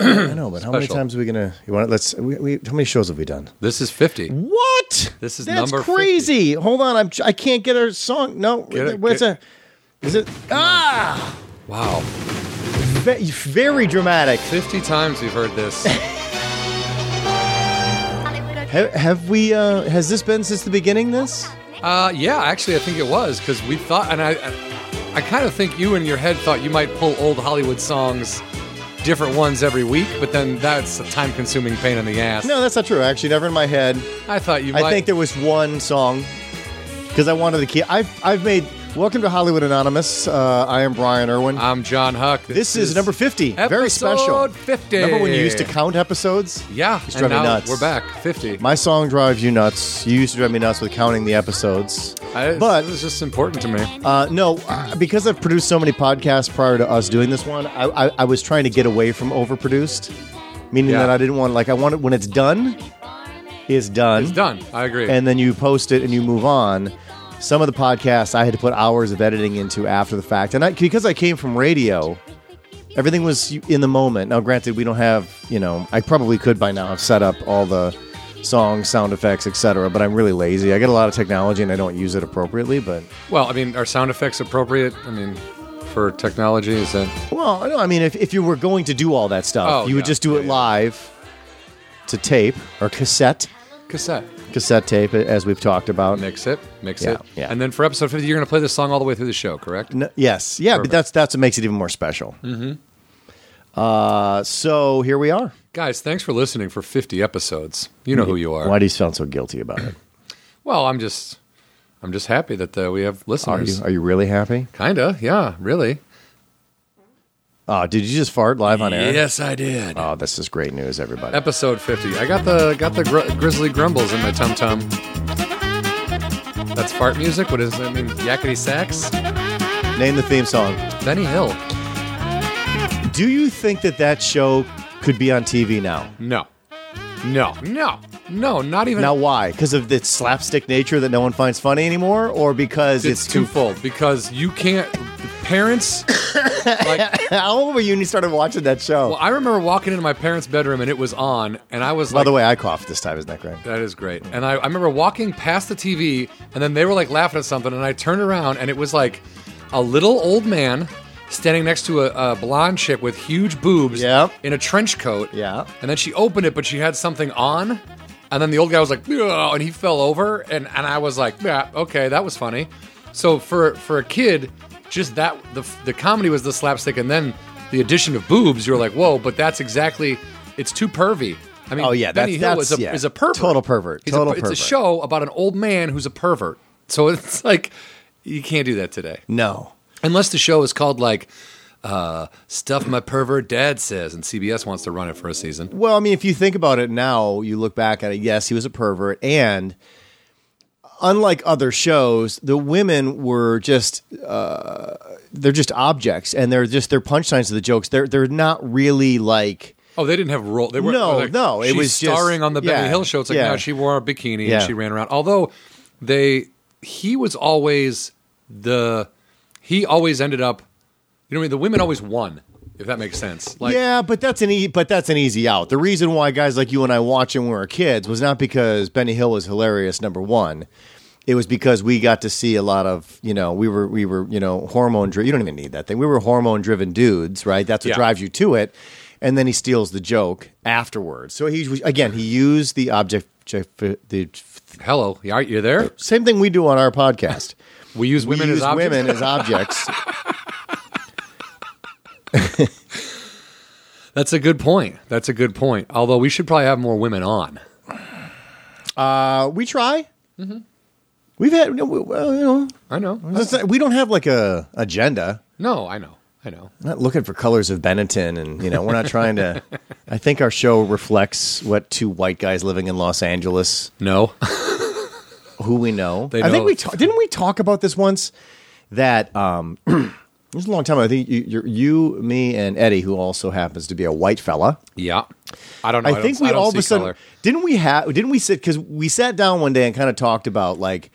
I know, but how many Special. times are we gonna? You want? to Let's. We, we, how many shows have we done? This is 50. What? This is That's number 50. crazy. Hold on, I'm. I can't get our song. No, Get it, where's get- a? Is it? Ah, Wow. ve- very dramatic. 50 times we've heard this. Have, have we? Uh, has this been since the beginning? This? Uh, yeah, actually, I think it was because we thought, and I, I, I kind of think you in your head thought you might pull old Hollywood songs, different ones every week, but then that's a time-consuming pain in the ass. No, that's not true. Actually, never in my head. I thought you. Might, I think there was one song because I wanted the key. I've I've made Welcome to Hollywood Anonymous. Uh, I am Brian Irwin. I'm John Huck. this is, number fifty. Very special. Ah, episode 50. Remember when you used to count episodes? Yeah, It's and driving now nuts. we're back. 50. My song drives you nuts. You used to drive me nuts with counting the episodes. I- but- it was just important to me. Uh, no, uh, because I've produced so many podcasts prior to us doing this one, I, I, I was trying to get away from overproduced, meaning Yeah. that I didn't want like I wanted when it's done, it's done, It's done. I agree. and then you post it and you move on. Some of the podcasts I had to put hours of editing into after the fact, and I, because I came from radio, everything was in the moment. Now, granted, we don't have you know I probably could by now have set up all the songs, sound effects, etc. But I'm really lazy. I get a lot of technology and I don't use it appropriately, but. well, I mean, are sound effects appropriate? I mean, for technology, is that? Well, no, I mean, if, if you were going to do all that stuff, Oh, you would yeah. just do Yeah, it yeah. live to tape or cassette, cassette. cassette tape, as we've talked about. Mix it, mix Yeah, it, yeah. and then for episode fifty, you're going to play this song all the way through the show, correct? N- yes, yeah, but Perfect. that's that's what makes it even more special. Mm-hmm. Uh, so here we are. Guys, thanks for listening for fifty episodes. You know who you are. Why do you sound so guilty about it? Well, I'm just, I'm just happy that uh, we have Are listeners. you are you really happy? Kinda, yeah, really. Oh, did you just fart live on air? Yes, I did. Oh, this is great news, everybody. Episode fifty. I got the got the gr- grizzly grumbles in my tum tum. That's fart music. What does that mean? Yakety sax. Name the theme song. Benny Hill. Do you think that that show could be on TV now? No, no, no, no. Not even. Now, why? Because of its slapstick nature that no one finds funny anymore, or because it's, it's, too twofold because you can't. Parents, like, How old were you when you started watching that show? Well, I remember walking into my parents' bedroom and it was on, and I was By like, the way, I coughed this time. Isn't that great? "That is great." And I, I remember walking past the TV, and then they were like laughing at something, and I turned around, and it was like a little old man standing next to a, a blonde chick with huge boobs, Yep. in a trench coat, Yeah. And then she opened it, but she had something on, and then the old guy was like, "Yeah," and he fell over, and and I was like, "Yeah, okay, that was funny." So for for a kid, just that the the comedy was the slapstick, and then the addition of boobs, you were like, "Whoa!" But that's exactly it's too pervy. I mean, Oh, yeah, Benny that's- Hill that's- is a yeah. is a pervert, Total pervert, He's a- total It's a pervert. show about an old man who's a pervert, so it's like you can't do that today No. unless the show is called like uh, stuff my pervert dad says and cbs wants to run it for a season Well, I mean, if you think about it now, you look back at it. Yes, he was a pervert, and unlike other shows, the women were just uh, they're just objects, and they're just their punchlines to the jokes. They're they're not really like oh they didn't have role they were No, like, no, it she's was just- starring on the benny yeah, hill show it's like yeah. no she wore a bikini Yeah. and she ran around although they he was always the he always ended up you know what I mean the women always won if that makes sense like yeah, but that's an e- but that's an easy out. The reason why guys like you and I watched when we were kids was not because Benny Hill was hilarious. Number one, it was because we got to see a lot of you know we were we were you know hormone driven. You don't even need that thing. We were hormone driven dudes, right? That's what Yeah. drives you to it. And then he steals the joke afterwards. So he was- again he used the object the hello are you there same thing we do on our podcast. we use women we as use objects women as objects. that's a good point that's a good point although we should probably have more women on Uh, we try. Mm-hmm. We've had no, we- well, you know. i know That's not- we don't have like a agenda. no i know i know We're not looking for colors of Benetton, and you know, we're not trying to. I think our show reflects what two white guys living in Los Angeles, no who we know. They I think know. we ta- didn't we talk about this once. That um, it was a long time. ago. I think you, you're, you, me, and Eddie, who also happens to be a white fella. Yeah, I don't know. I, don't- think we don't all of see a sudden color. didn't we have didn't we sit because we sat down one day and kind of talked about like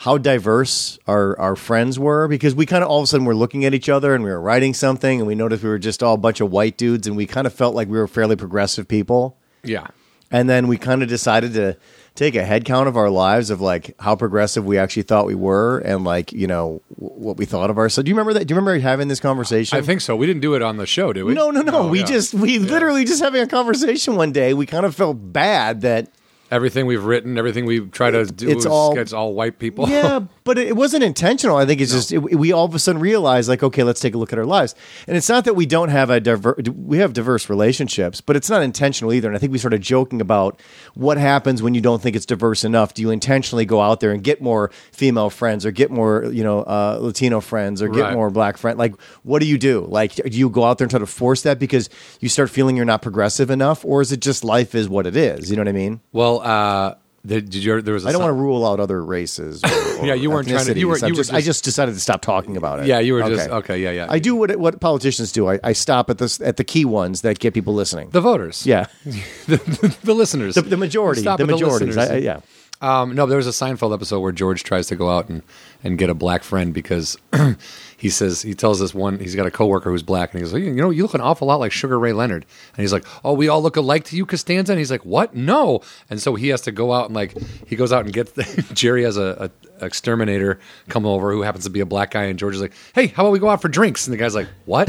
how diverse our, our friends were because we kind of all of a sudden were looking at each other and we were writing something and we noticed we were just all a bunch of white dudes and we kind of felt like we were fairly progressive people. Yeah. And then we kind of decided to take a head count of our lives of like how progressive we actually thought we were and like, you know, w- what we thought of ourselves. Do you remember that? Do you remember having this conversation? I think so. We didn't do it on the show, did we? Oh, no, no, no. we yeah. just, we literally just having a conversation one day, we kind of felt bad that everything we've written, everything we try to do, it's is all- sketch all white people. yeah, but it wasn't intentional. I think it's just it, we all of a sudden realized, like, okay, let's take a look at our lives. And it's not that we don't have a diver- we have diverse relationships, but it's not intentional either. And I think we started joking about what happens when you don't think it's diverse enough. Do you intentionally go out there and get more female friends, or get more you know uh, Latino friends, or get Right. more black friends? Like, what do you do? Like, do you go out there and try to force that because you start feeling you're not progressive enough, or is it just life is what it is? You know what I mean? Well, uh, the, did you? There was. I I don't want to rule out other races. Or, or Yeah, you weren't trying to- you ethnicities. weren't- I'm you were just, I just- just decided to stop talking about it. Yeah, you were just okay. Yeah, yeah. I do what what politicians do. I, I stop at this at the key ones that get people listening. the voters. yeah, the, the listeners. the, the majority, Stop the at the majority. listeners. yeah, Um, no, there was a Seinfeld episode where George tries to go out and, and get a black friend because he says he tells this one he's got a coworker who's black and he's like you know you look an awful lot like Sugar Ray Leonard and he's like oh we all look alike to you Costanza and he's like what no and so he has to go out and like he goes out and gets Jerry has a, a exterminator come over who happens to be a black guy and George is like hey how about we go out for drinks and the guy's like what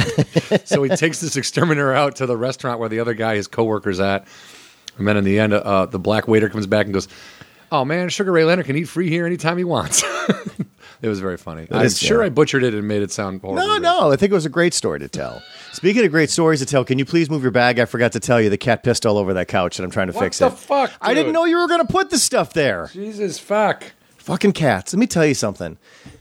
so he takes this exterminator out to the restaurant where the other guy his coworker's at and then in the end, uh, the black waiter comes back and goes, "Oh man, Sugar Ray Leonard can eat free here anytime he wants." it was very funny. I'm is sure funny. I butchered it and made it sound horrible. no, no. I think it was a great story to tell. Speaking of great stories to tell, can you please move your bag? I forgot to tell you the cat pissed all over that couch, and I'm trying to What fix the it. fuck, I didn't dude? know you were going to put the stuff there. Jesus fuck. Fucking cats. Let me tell you something.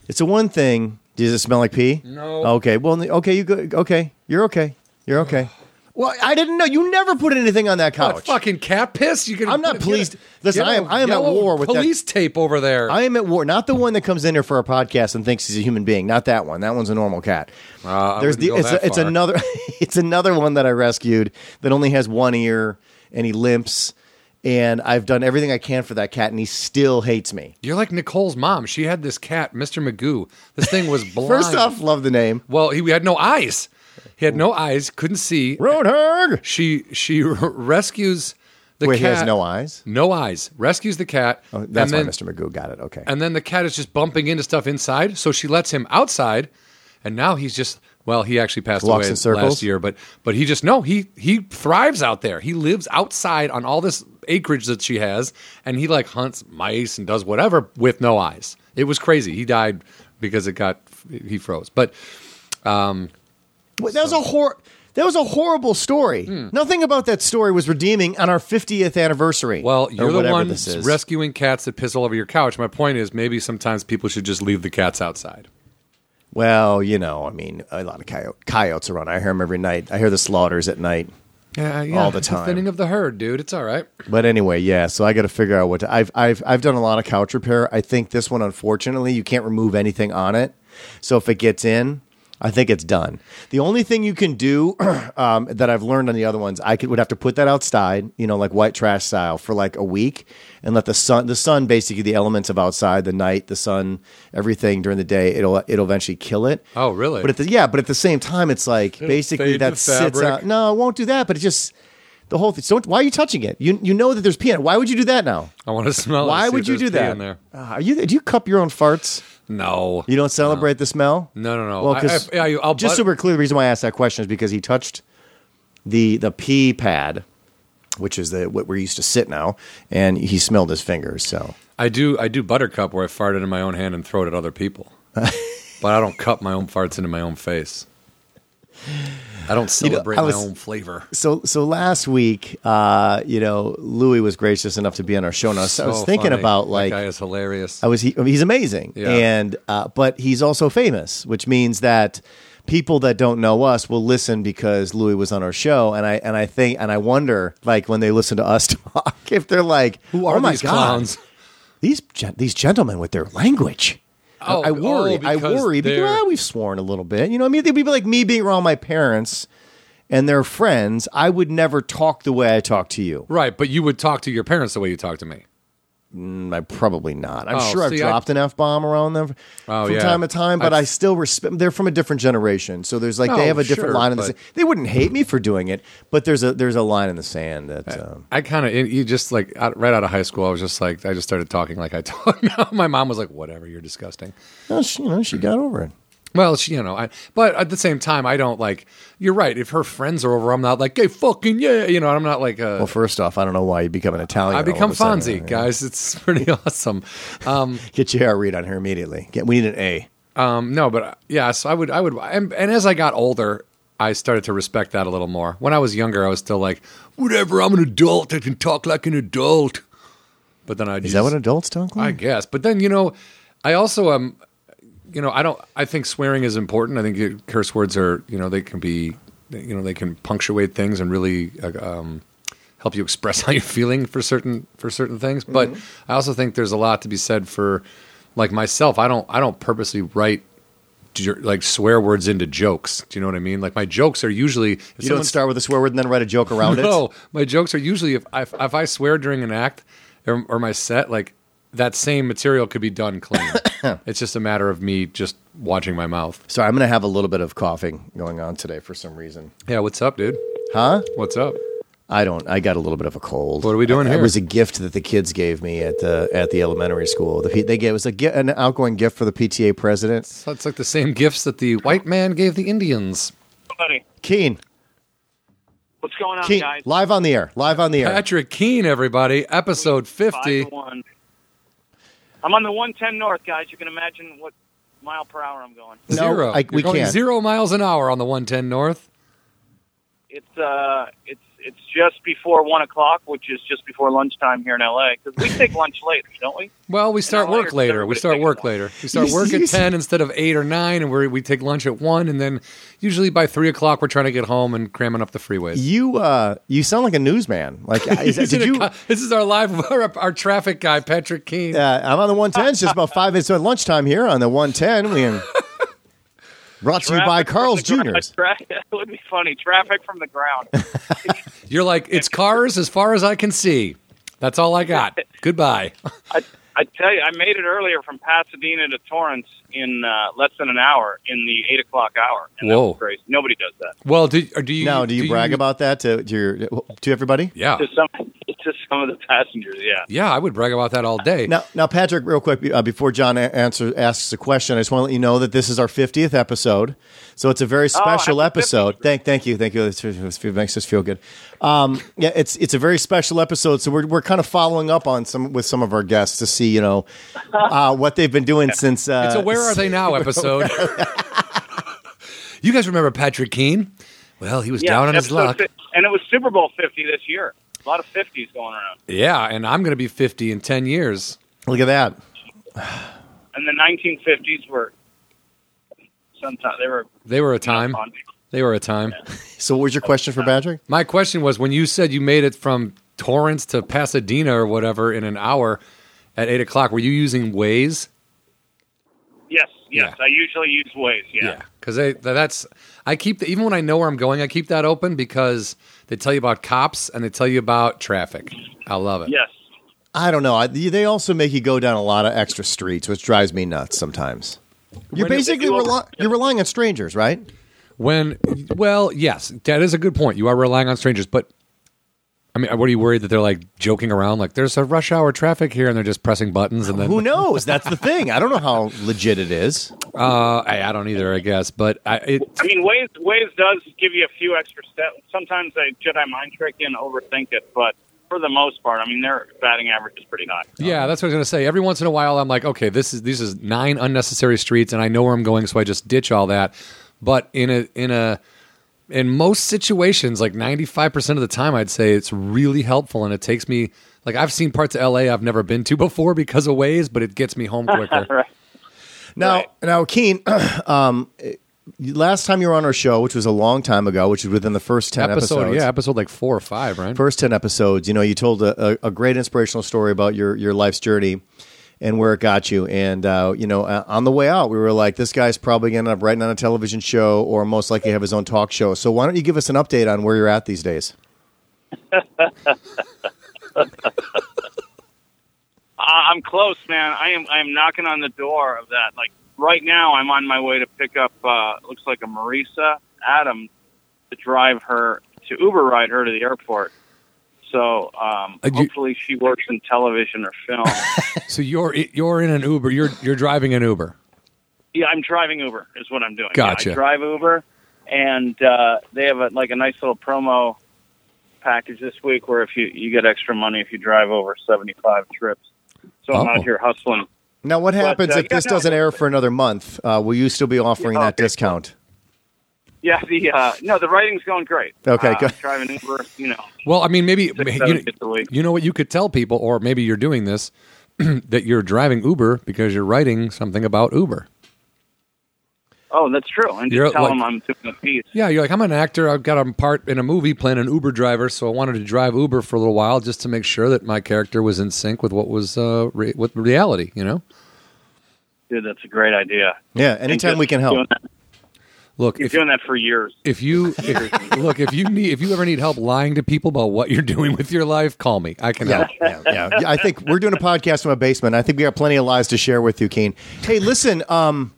It's the one thing. Does it smell like pee? No. Okay. Well, okay. You go. Okay. You're okay. You're okay. Well, I didn't know. You never put anything on that couch. What, fucking cat piss? You can. I'm not put- pleased. get a- Listen, get I am- a I am at yellow war with that- police tape over there. I am at war. Not the one that comes in here for our podcast and thinks he's a human being. Not that one. That one's a normal cat. Uh, I wouldn't go it's, that it's far. another. it's another one that I rescued that only has one ear and he limps. And I've done everything I can for that cat, and he still hates me. You're like Nicole's mom. She had this cat, Mr. Magoo. This thing was blind. First off, love the name well, he had no eyes. He had no eyes. Couldn't see. Roadhog. She she rescues the Wait, cat. he has no eyes. No eyes. Rescues the cat. Oh, that's and then, why Mr. Magoo got it. Okay. And then the cat is just bumping into stuff inside. So she lets him outside, and now he's just well, he actually passed Walks away in circles? last year, but but he just no, he he thrives out there. He lives outside on all this acreage that she has, and he like hunts mice and does whatever with no eyes. It was crazy. He died because it got he froze. But Wait, that was a hor- That was a horrible story. Hmm. Nothing about that story was redeeming on our 50th anniversary. well, or you're the whatever one This is. rescuing cats that piss all over your couch. My point is maybe sometimes people should just leave the cats outside. well, you know, I mean, a lot of coyote- coyotes are on. I hear them every night. I hear the slaughters at night. Yeah, uh, yeah. All the it's time. thinning of the herd, dude. It's all right. But anyway, yeah. So I got to figure out what to, I've I've I've done a lot of couch repair. I think this one, unfortunately, you can't remove anything on it. So if it gets in, I think it's done. The only thing you can do um, that I've learned on the other ones, I could would have to put that outside, you know, like white trash style for like a week, and let the sun the sun basically the elements of outside, the night, the sun, everything during the day, it'll it'll eventually kill it. Oh, really? But at the, yeah, but at the same time, it's like basically fade the that sits fabric. out. No, it won't do that. But it just the whole thing. So why are you touching it? You you know that there's pee in it. Why would you do that now? I want to smell. it, Why Oh, see if would you there's do pee that? In there. Ah, are you do you cup your own farts? No. You don't celebrate the smell? No, no, no. Well, I- 'cause- I- yeah, you- I'll just butt- so we're clear, the reason why I asked that question is because he touched the the pee pad, which is the what we're used to sit now, and he smelled his fingers. So I do. I do buttercup where I fart it in my own hand and throw it at other people. but I don't cup my own farts into my own face. I don't know, celebrate I was- my own flavor. so so last week, uh, you know, Louis was gracious enough to be on our show. Now, so I was So thinking Oh, funny. about like uh, that guy is hilarious. I was he, I mean, he's amazing, Yeah. and uh, but he's also famous, which means that people that don't know us will listen because Louis was on our show, and I and I think and I wonder like when they listen to us talk if they're like, Who are oh my these God, clowns? These gen- these gentlemen with their language. I- Oh, I worry. oh, I because worry because they're- well, we've sworn a little bit. You know, what I mean, they'd be like me being around my parents and their friends. I would never talk the way I talk to you. Right, but you would talk to your parents the way you talk to me. Mm, I probably not. I'm Oh, sure I've see, I- dropped an f bomb around them Oh, from yeah. time to time, but i I've- still respect. They're from a different generation, so there's like they Oh, have a different sure, line in the. but- sand. They wouldn't hate me for doing it, but there's a there's a line in the sand that. Um, I kind of you just like out, right out of high school. I was just like I just started talking like I talk now. My mom was like, "Whatever, you're disgusting." no, she, oh, you know, she got over it. Well, she, you know, I, but at the same time, I don't like. You're right. If her friends are over, I'm not like, "Hey, fucking yeah," you know. I'm not like, uh, Well, first off, I don't know why you become an Italian. I all of become a sudden. Fonzie, guys. It's pretty awesome. Um, Get your hair read on her immediately. Get, we need an A. um, no, but uh, yeah. So I would, I would, and, and as I got older, I started to respect that a little more. When I was younger, I was still like, "Whatever, I'm an adult. I can talk like an adult." But then I Is that what adults talk I like? guess. But then you know, I also um, you know, I don't. I think swearing is important. I think you- curse words are you know they can be you know they can punctuate things and really uh, um, help you express how you're feeling for certain for certain things. Mm-hmm. But I also think there's a lot to be said for like myself. I don't I don't purposely write. jer- Like swear words into jokes. Do you know what I mean? Like my jokes are usually if you don't someone- start with a swear word and then write a joke around it. no, my jokes are usually if I, if I swear during an act or, or my set, like that same material could be done clean. it's just a matter of me just watching my mouth. Sorry, I'm going to have a little bit of coughing going on today for some reason. Yeah, what's up, dude? Huh? What's up? I don't. I got a little bit of a cold. What are we doing I- here? It was a gift that the kids gave me at the at the elementary school. The, P- they gave it was a, gi- an outgoing gift for the PTA president. So it's like the same gifts that the white man gave the Indians. buddy. Keen, What's going on, Keen, guys? live on the air, live on the air. Patrick Keene, everybody, episode Five fifty. to one. I'm on the 110 north, guys. You can imagine what mile per hour I'm going. No, zero. I- we You're going can't. Zero miles an hour on the 110 North. It's uh, it's it's just before one o'clock, which is just before lunchtime here in LA. Because we take lunch later, don't we? Well, we start No, I work understand later. what We it start takes work a while. later. We start work at 10 instead of 8 or 9, and we're, we take lunch at 1, and then usually by 3 o'clock, we're trying to get home and cramming up the freeways. You uh, you sound like a newsman. Like, is, He's in did a you? co- this is our live, our, our traffic guy, Patrick Keene. Uh, I'm on the 110. It's just about five minutes at lunchtime here on the 110. We brought to you by Traffic from Carl's the ground. Jr.'s. Tra- that would be funny. Traffic from the ground. You're like, it's cars as far as I can see. That's all I got. Goodbye. I, I tell you, I made it earlier from Pasadena to Torrance in uh, less than an hour in the eight o'clock hour. And that Whoa. was crazy. Nobody does that. Well, do, or do you Now, do you brag about that to, to your to everybody? Yeah, To some, to some of the passengers, yeah. yeah, I would brag about that all day. Now, now, Patrick, real quick uh, before John a- answer, asks a question, I just want to let you know that this is our 50th episode, so it's a very special happy 50th. episode. Thank, thank you, thank you. It's- it's- It makes us feel good. Um, yeah, it's it's a very special episode, so we're we're kind of following up on some with some of our guests to see you know uh, what they've been doing since. Uh, It's a where are they now episode. you guys remember Patrick Keene? Well, he was down on his episode luck. fif- and it was Super Bowl 50 this year. A lot of 50s going around. Yeah, and I'm going to be 50 in 10 years. Look at that. And the 1950s were sometimes they were They were a time. on. They were a time. So, what was your question for Patrick? My question was when you said you made it from Torrance to Pasadena or whatever in an hour at eight o'clock, were you using Waze? Yes, yes. Yeah. I usually use Waze, yeah. Because that's, I keep, the, even when I know where I'm going, I keep that open because they tell you about cops and they tell you about traffic. I love it. Yes. I don't know. I, they also make you go down a lot of extra streets, which drives me nuts sometimes. You're When if they basically do over- rely, you're relying on strangers, right? When, well, yes, that is a good point. You are relying on strangers, but I mean, what are you worried that they're like joking around? Like there's a rush hour traffic here and they're just pressing buttons and then Who knows? That's the thing. I don't know how legit it is. Uh, I, I don't either, I guess. But I, it, I mean, Waze, Waze does give you a few extra steps. Sometimes I Jedi mind trick you and overthink it, but for the most part, I mean, their batting average is pretty high. yeah, Um, that's what I was gonna say. Every once in a while, I'm like, okay, this is these is nine unnecessary streets, and I know where I'm going, so I just ditch all that. But in a in a in most situations, like 95 percent of the time, I'd say it's really helpful, and it takes me like I've seen parts of LA I've never been to before because of ways, but it gets me home quicker. Right. Now, Right. now, Keen. um, last time you were on our show, which was a long time ago, which was within the first ten episode, episodes. yeah, episode like four or five, right? first ten episodes. You know, you told a, a, a great inspirational story about your your life's journey and where it got you. And uh, you know, uh, on the way out, we were like, this guy's probably going to end up writing on a television show, or most likely have his own talk show. So, why don't you give us an update on where you're at these days? I'm close, man. I am I am knocking on the door of that. Like right now, I'm on my way to pick up. Uh, looks like a Marisa Adams to drive her to Uber ride her to the airport. So um, Uh, you- hopefully she works in television or film. So you're you're in an Uber. You're you're driving an Uber. Yeah, I'm driving Uber is what I'm doing. Gotcha. Yeah, I drive Uber, and uh, they have a, like a nice little promo package this week where if you you get extra money if you drive over 75 trips. So I'm Oh. out here hustling. Now, what happens uh, if this yeah, no. doesn't air for another month? Uh, will you still be offering Yeah, that okay. discount? Yeah, the uh, no, the writing's going great. Okay, uh, good. Driving Uber, you know, Well, I mean, maybe six, you, seven days a week. you know what you could tell people, or maybe you're doing this that you're driving Uber because you're writing something about Uber. Oh, that's true. And You're just tell like- them I'm doing a piece. Yeah, you're like I'm an actor. I've got a part in a movie playing an Uber driver, so I wanted to drive Uber for a little while just to make sure that my character was in sync with what was uh, re- with reality. You know, Dude, that's a great idea. Yeah, And anytime just we can Doing help. that, look you're if doing that for years. if you if, look if you need if you ever need help lying to people about what you're doing with your life, call me. I can Yeah, help. yeah, yeah. Yeah, I think we're doing a podcast from a basement. I think we got plenty of lies to share with you, Keen. Hey, listen. Um,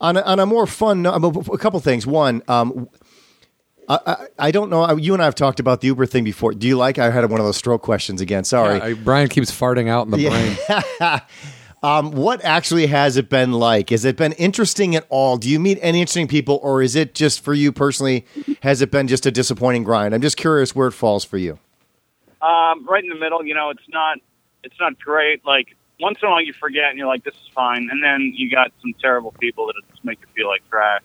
on a, on a more fun, um, a couple things. One, um, I, I I don't know. I- You and I have talked about the Uber thing before. Do you like? I had one of those stroke questions again. Sorry. I- Brian keeps farting out in the brain. Um, what actually has it been like? Has it been interesting at all? Do you meet any interesting people, or is it just for you personally? Has it been just a disappointing grind? I'm just curious where it falls for you. Um, right in the middle, you know, it's not it's not great. Like once in a while you forget and you're like, This is fine and then you got some terrible people that just make you feel like crap.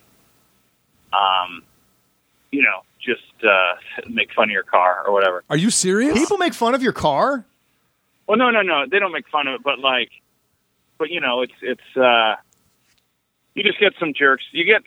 Um you know, just uh make fun of your car or whatever. Are you serious? People make fun of your car. Well no no no, they don't make fun of it, but like but you know, it's it's uh you just get some jerks. You get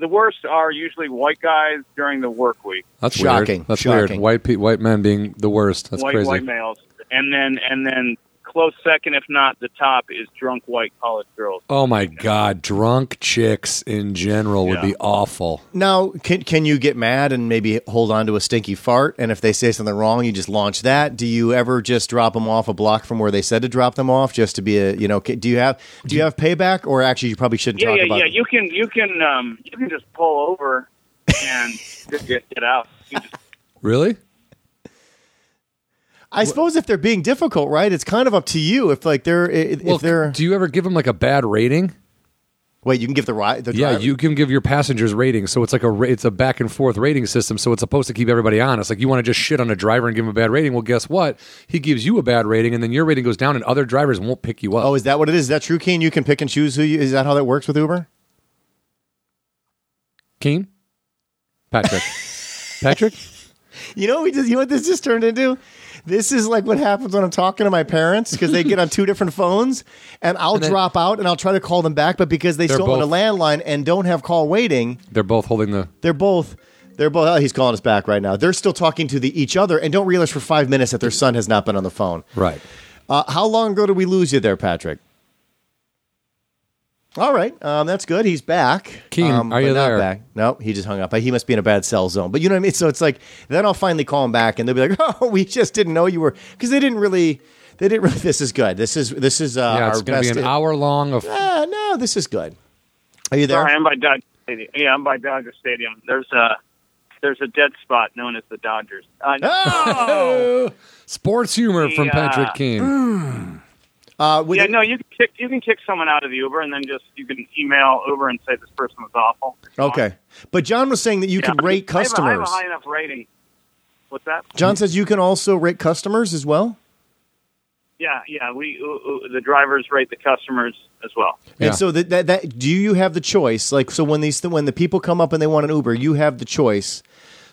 the worst are usually white guys during the work week. That's Shocking. Weird. That's Shocking. weird. White pe- white men being the worst. That's white crazy. white males, and then and then close second, if not the top, is drunk white college girls. Oh my god, drunk chicks in general would Yeah. be awful. Now, can can you get mad and maybe hold on to a stinky fart? And if they say something wrong, you just launch that. Do you ever just drop them off a block from where they said to drop them off, just to be a you know? ca- Do you have do you have payback, or actually you probably shouldn't Yeah, talk yeah, about yeah. it? You can you can um you can just pull over and just get, get out. You just- Really? I suppose if they're being difficult, right? It's kind of up to you. If like they're if Well, they're do you ever give them like a bad rating? wait, you can give the ride. The Yeah, driver- you can give your passengers ratings, so it's like a ra- it's a back and forth rating system. So it's supposed to keep everybody honest. Like you want to just shit on a driver and give him a bad rating. Well, guess what? He gives you a bad rating, and then your rating goes down, and other drivers won't pick you up. Oh, is that what it is? Is that true, Keen? You can pick and choose who you is that how that works with Uber? Keen, Patrick, Patrick. You know, we just you know what this just turned into? This is like what happens when I'm talking to my parents because they get on two different phones and I'll then- drop out and I'll try to call them back, but because they They're still on a both- landline and don't have call waiting, They're both holding the. they're both they're both oh, he's calling us back right now. They're still talking to the each other and don't realize for five minutes that their son has not been on the phone. Right. Uh, how long ago did we lose you there, Patrick? All right, um, that's good. He's back. Keen, um, are but you not there? Back. No, he just hung up. He must be in a bad cell zone. But you know what I mean. So it's like then I'll finally call him back, and they'll be like, "Oh, we just didn't know you were," because they didn't really. They didn't really. This is good. This is this is uh, Yeah, our it's going to best. be an hour long of Ah, no, this is good. Are you there? Sorry, I'm by Dodger Stadium. Yeah, I'm by Dodger Stadium. There's a there's a dead spot known as the Dodgers. Uh, no. Ah! Oh! sports humor from Yeah. Patrick Keane. Uh, would Yeah, it- no, you can kick you can kick someone out of the Uber and then just you can email Uber and say this person was awful. Okay, but John was saying that you Yeah. could rate I have a- I have customers. a high enough rating. What's that? John says you can also rate customers as well. Yeah, yeah. We uh, uh, the drivers rate the customers as well. Yeah. And so that, that that do you have the choice? Like so when these when the people come up and they want an Uber, you have the choice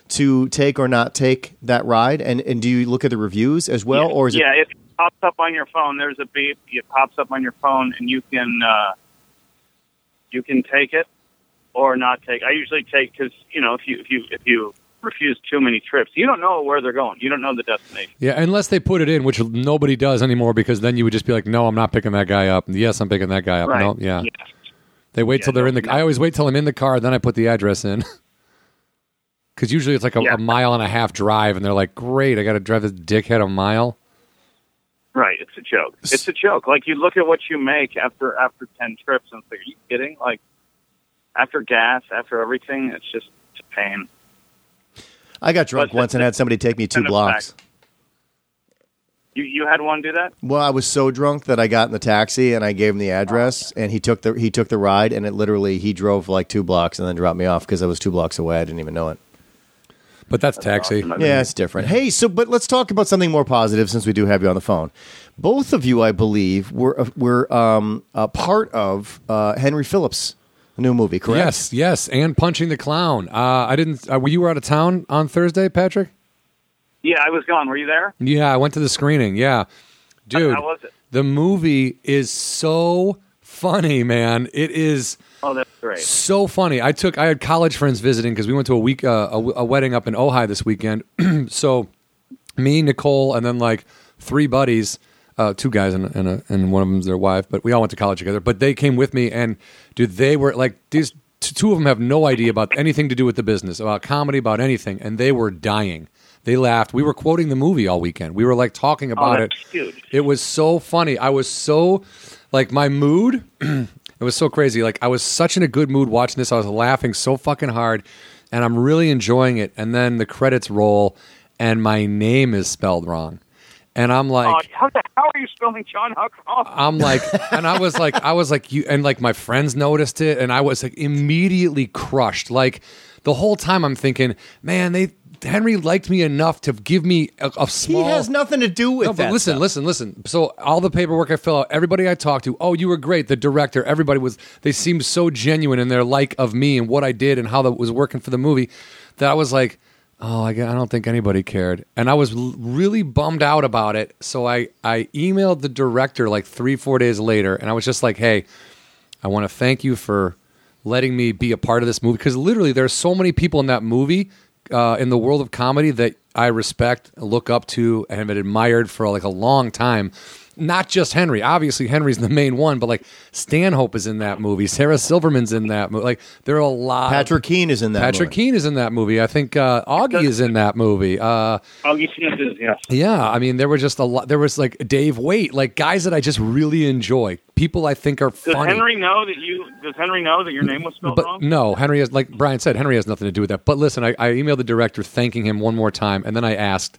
to take or not take that ride. And and do you look at the reviews as well, yeah, or is yeah, it? it pops up on your phone. There's a beep. It pops up on your phone, and you can uh, you can take it or not take. I usually take because you know if you if you if you refuse too many trips, you don't know where they're going. You don't know the destination. Yeah, unless they put it in, which nobody does anymore, because then you would just be like, "No, I'm not picking that guy up." Yes, I'm picking that guy up. Right. No, yeah. They wait Yeah, till they're no, in the. no. I always wait till I'm in the car, then I put the address in. Because usually it's like a, Yeah. a mile and a half drive, and they're like, "Great, I got to drive this dickhead a mile." Right, it's a joke. It's a joke. Like you look at what you make after after ten trips and it's like, are you kidding? Like after gas, after everything, it's just it's a pain. I got drunk Well, once and had somebody take me two kind of blocks. You you had one do that? Well, I was so drunk that I got in the taxi and I gave him the address, and he took the he took the ride, and it literally he drove like two blocks and then dropped me off because I was two blocks away. I didn't even know it. But that's, taxi. Awesome. I mean, Yeah, it's different. Hey, so but let's talk about something more positive since we do have you on the phone. Both of you, I believe, were were um, a part of uh, Henry Phillips' new movie, correct? Yes, yes, and punching the clown. Uh, I didn't. Uh, you were out of town on Thursday, Patrick. Yeah, I was gone. Were you there? Yeah, I went to the screening. Yeah, dude, How was it? the movie is so funny, man. It is Oh, that's great. so funny. I took I had college friends visiting because we went to a week uh, a, a wedding up in Ojai this weekend. so me, Nicole, and then like three buddies, uh, two guys and and, a, and one of them's their wife. But we all went to college together. But they came with me, and dude, they were like these. t- Two of them have no idea about anything to do with the business, about comedy, about anything, and they were dying. They laughed. We were quoting the movie all weekend. We were like talking about it. Oh, that's huge. It was so funny. I was so like my mood. it was so crazy. Like I was such in a good mood watching this. I was laughing so fucking hard, and I'm really enjoying it. And then the credits roll, and my name is spelled wrong, and I'm like, oh, how the hell are you spelling John Huckroff? I'm like, and I was like, I was like, you, and like my friends noticed it, and I was like immediately crushed. Like the whole time, I'm thinking, man, they Henry liked me enough to give me a, a small. He has nothing to do with No, but that listen, stuff. listen, listen. So all the paperwork I fill out, everybody I talked to, oh, you were great. The director, everybody was. They seemed so genuine in their like of me and what I did and how that was working for the movie, that I was like, oh, I, gu- I don't think anybody cared, and I was l- really bummed out about it. So I I emailed the director like three four days later, and I was just like, hey, I want to thank you for letting me be a part of this movie because literally there's so many people in that movie uh, in the world of comedy that I respect, look up to, and have admired for like a long time. Not just Henry. Obviously, Henry's the main one, but like Stanhope is in that movie. Sarah Silverman's in that movie. Like there are a lot. of- Patrick Keane is in that. Patrick movie. Keane is in that movie. I think uh, Augie is in that movie. Uh, Augie Smith is yes. yeah, I mean, there were just a lot. There was like Dave Waite, like guys that I just really enjoy. People I think are Does funny. Henry know that you? Does Henry know that your name was spelled but wrong? no, Henry has like Brian said, Henry has nothing to do with that. But listen, I, I emailed the director thanking him one more time, and then I asked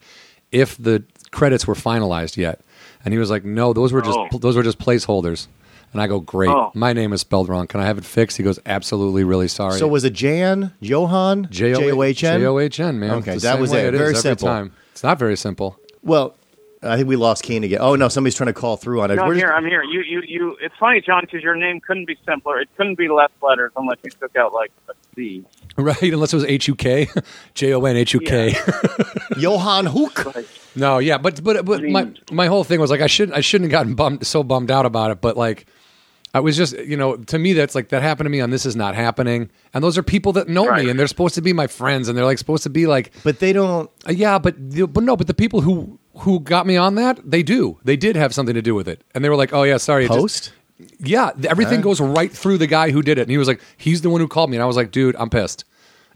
if the credits were finalized yet, and he was like, "No, those were just Oh. those were just placeholders." And I go, "Great, Oh. my name is spelled wrong. Can I have it fixed?" He goes, "Absolutely, really sorry." So was it Jan, Johan, J O H N? J O H N, man. Okay, It's the that same was way it. is Very every simple. Time. It's not very simple. Well, I think we lost Keane again. Oh no, somebody's trying to call through on it. No, I'm Where's- here. I'm here. You, you, you. It's funny, John, because your name couldn't be simpler. It couldn't be less letters unless you took out like a C. Right, unless it was H U K, J O N H U K. Johan Hook. No, yeah, but but but my my whole thing was like I should I shouldn't have gotten bummed so bummed out about it, but like I was just you know to me that's like that happened to me on this is not happening, and those are people that know Right. me and they're supposed to be my friends and they're like supposed to be like But they don't. uh, yeah, but the- but no, but the people who who got me on that they do they did have something to do with it, and they were like oh yeah sorry it just- Post? yeah th- everything goes right through the guy who did it, and he was like he's the one who called me, and I was like dude I'm pissed,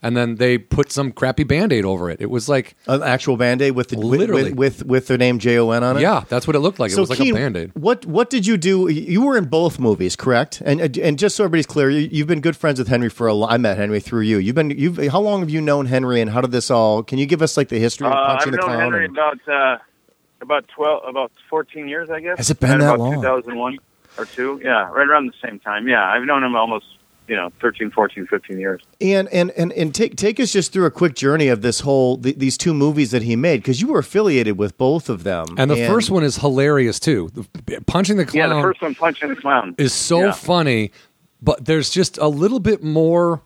and then they put some crappy band aid over it. It was like An actual band aid with the with- Literally. with, with with their name J O N on it. yeah that's what it looked like. it So was like Keane, a band aid. what what did you do? You were in both movies, correct? And and just so everybody's clear, you, you've been good friends with Henry for a long. I met Henry through you. You've been you've how long have you known Henry? And how did this all? Can you give us like the history Uh, of I've punching the known clown? Henry and- about uh, about twelve, about fourteen years, I guess. Has it been Right that about long? Two thousand one or two, yeah, right around the same time. Yeah, I've known him almost, you know, 13, 14, 15 years. And and and and take take us just through a quick journey of this whole th- these two movies that he made because you were affiliated with both of them. And the first one is hilarious too. The- Punching the Yeah, clown the first one, punching the clown. is so Yeah. funny, but there's just a little bit more.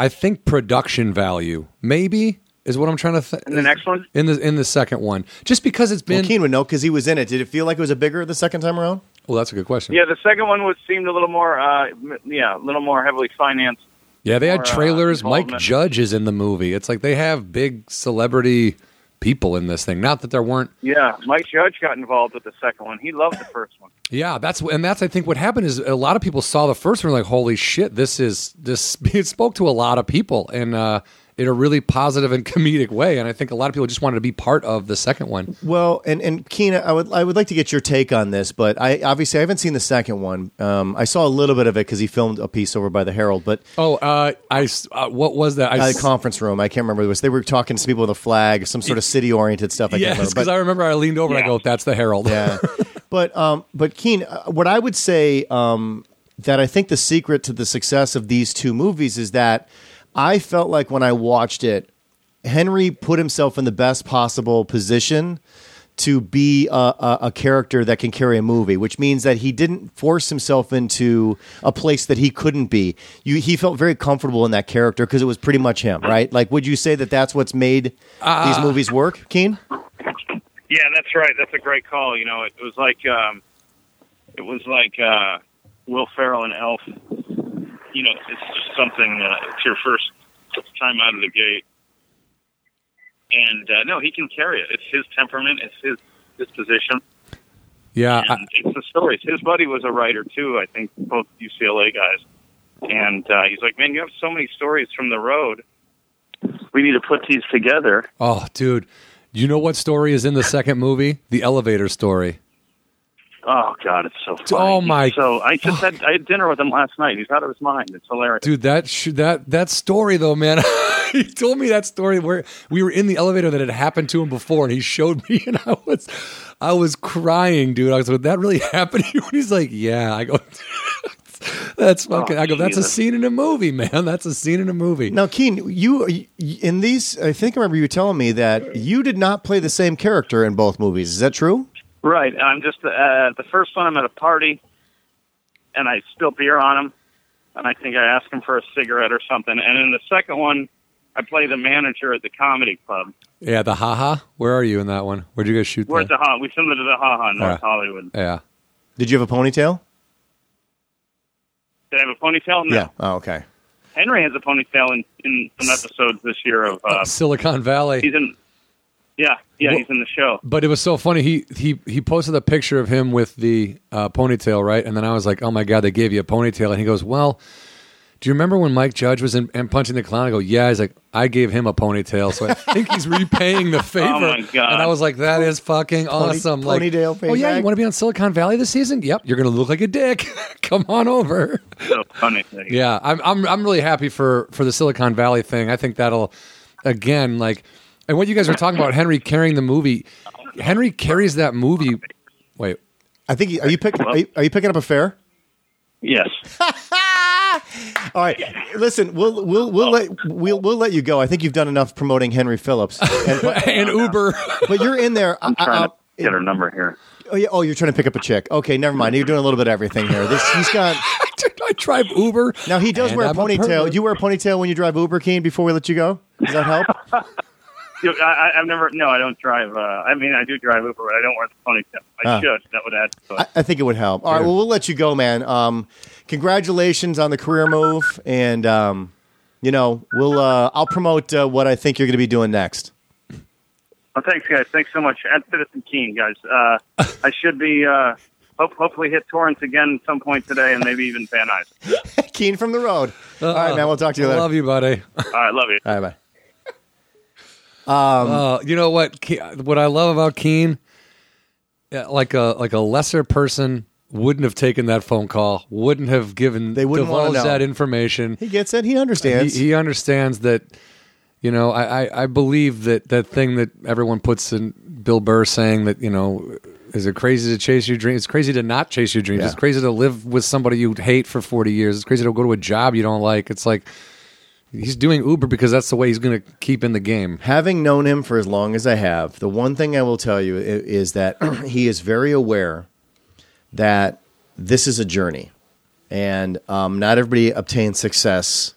I think production value maybe is what I'm trying to think. And the next one? in the in the second one, just because it's well, been. Keen would know because he was in it. Did it feel like it was a bigger the second time around? well, that's a good question. Yeah, the second one was seemed a little more, uh, m- yeah, a little more heavily financed. Yeah, they had Or, uh, trailers. Mike involvement. Judge is in the movie. It's like they have big celebrity people in this thing. Not that there weren't Yeah, Mike Judge got involved with the second one. He loved the first one. Yeah, that's and that's I think what happened is a lot of people saw the first one like holy shit this is this it spoke to a lot of people and uh in a really positive and comedic way. And I think a lot of people just wanted to be part of the second one. Well, and and Keena, I would I would like to get your take on this, but I obviously I haven't seen the second one. Um, I saw a little bit of it because he filmed a piece over by the Herald, but Oh, uh, I s- uh, what was that? I at a s- conference room, I can't remember this. They were talking to people with a flag, some sort of city oriented stuff. I can't yes, remember. because But, I remember I leaned over and I Yeah. go, "That's the Herald." yeah. but um, but Keen, uh, what I would say um, that I think the secret to the success of these two movies is that I felt like when I watched it, Henry put himself in the best possible position to be a, a, a character that can carry a movie, which means that he didn't force himself into a place that he couldn't be. You, he felt very comfortable in that character because it was pretty much him, right? Like, would you say that that's what's made these movies work, Keen? Yeah, that's right. That's a great call. You know, it was like um, it was like uh, Will Ferrell and Elf. You know, it's just something. Uh, it's your first time out of the gate, and uh, no, he can carry it. It's his temperament. It's his disposition. yeah. I- And it's the stories. His buddy was a writer too. I think both UCLA guys, and uh, he's like, "Man, you have so many stories from the road. We need to put these together." oh, dude, you know what story is in the second movie? The elevator story. Oh God, it's so funny. Oh, He's my So I just had I had dinner with him last night. He's out of his mind. It's hilarious. Dude, that sh- that that story though, man. he told me that story where we were in the elevator that had happened to him before, and he showed me, and I was, I was crying, dude. I was like, "That really happened to you?" And he's like, "Yeah." I go, "That's fucking." I go, "That's a Oh, Jesus. scene in a movie, man. That's a scene in a movie." Now, Keen, you in these, I think I remember you telling me that you did not play the same character in both movies. Is that true? Right. I'm just uh, the first one. I'm at a party, and I spill beer on him, and I think I asked him for a cigarette or something. And in the second one, I play the manager at the comedy club. Yeah, the haha. Where are you in that one? Where'd you guys shoot? We're at that? the ha. We send it to the ha ha in North Alright. Hollywood. yeah. Did you have a ponytail? Did I have a ponytail? No. Yeah. Oh, okay. Henry has a ponytail in, in some episodes this year of uh, Silicon Valley. he's in. Yeah, yeah, Wha- he's in the show. But it was so funny. He he he posted a picture of him with the uh, ponytail, right? And then I was like, "Oh my god, they gave you a ponytail!" And he goes, "Well, do you remember when Mike Judge was in and punching the clown?" I go, "Yeah." He's like, "I gave him a ponytail, so I think he's repaying the favor." Oh, my God. And I was like, "That is fucking awesome!" Like, ponytail Oh yeah, payback. you want to be on Silicon Valley this season? Yep, you're gonna look like a dick. Come on over. So funny. Yeah, I'm I'm I'm really happy for for the Silicon Valley thing. I think that'll again like and what you guys were talking about Henry carrying the movie. Henry carries that movie. Wait. I think you- are you picking are, you- are you picking up a fare? Yes. All right, listen. We'll we'll we'll let we'll we'll let you go. I think you've done enough promoting Henry Phillips, and, but, And Uber. but you're in there. I- I- trying I- to get her number here. oh, yeah, oh, you're trying to pick up a chick. Okay, never mind. You're doing a little bit of everything here. This he's got Dude, I drive Uber. now. He does And wear a I'm ponytail. pervert. Do you wear a ponytail when you drive Uber, Keen? Before we let you go, does that help? You know, I, I- I've never. No, I don't drive. Uh, I mean, I do drive Uber, but I don't wear the ponytail. I Ah. should. That would add. To it. I, I think it would help. All right, well, we'll let you go, man. Um, congratulations on the career move, and um, you know, we'll uh, I'll promote uh, what I think you're going to be doing next. well, thanks, guys. Thanks so much. At Citizen Keen, guys. Uh, I should be. Uh, hope, hopefully, hit Torrance again at some point today, and maybe even Van Nuys. Keen from the road. All right, man. We'll talk to Uh, you Uh, I later. Love you, buddy. All right, love you. All right, bye. Um, Uh, you know what? Ke- What I love about Keen, yeah, like a like a lesser person wouldn't have taken that phone call, wouldn't have given They wouldn't wanna divulged know. that information. He gets it. He understands. He, he understands that, you know, I, I, I believe that that thing that everyone puts in Bill Burr saying that, you know, is it crazy to chase your dreams? It's crazy to not chase your dreams. Yeah. It's crazy to live with somebody you hate for 40 years. It's crazy to go to a job you don't like. It's like he's doing Uber because that's the way he's going to keep in the game. Having known him for as long as I have, the one thing I will tell you i- is that he is very aware that this is a journey, and um, not everybody obtains success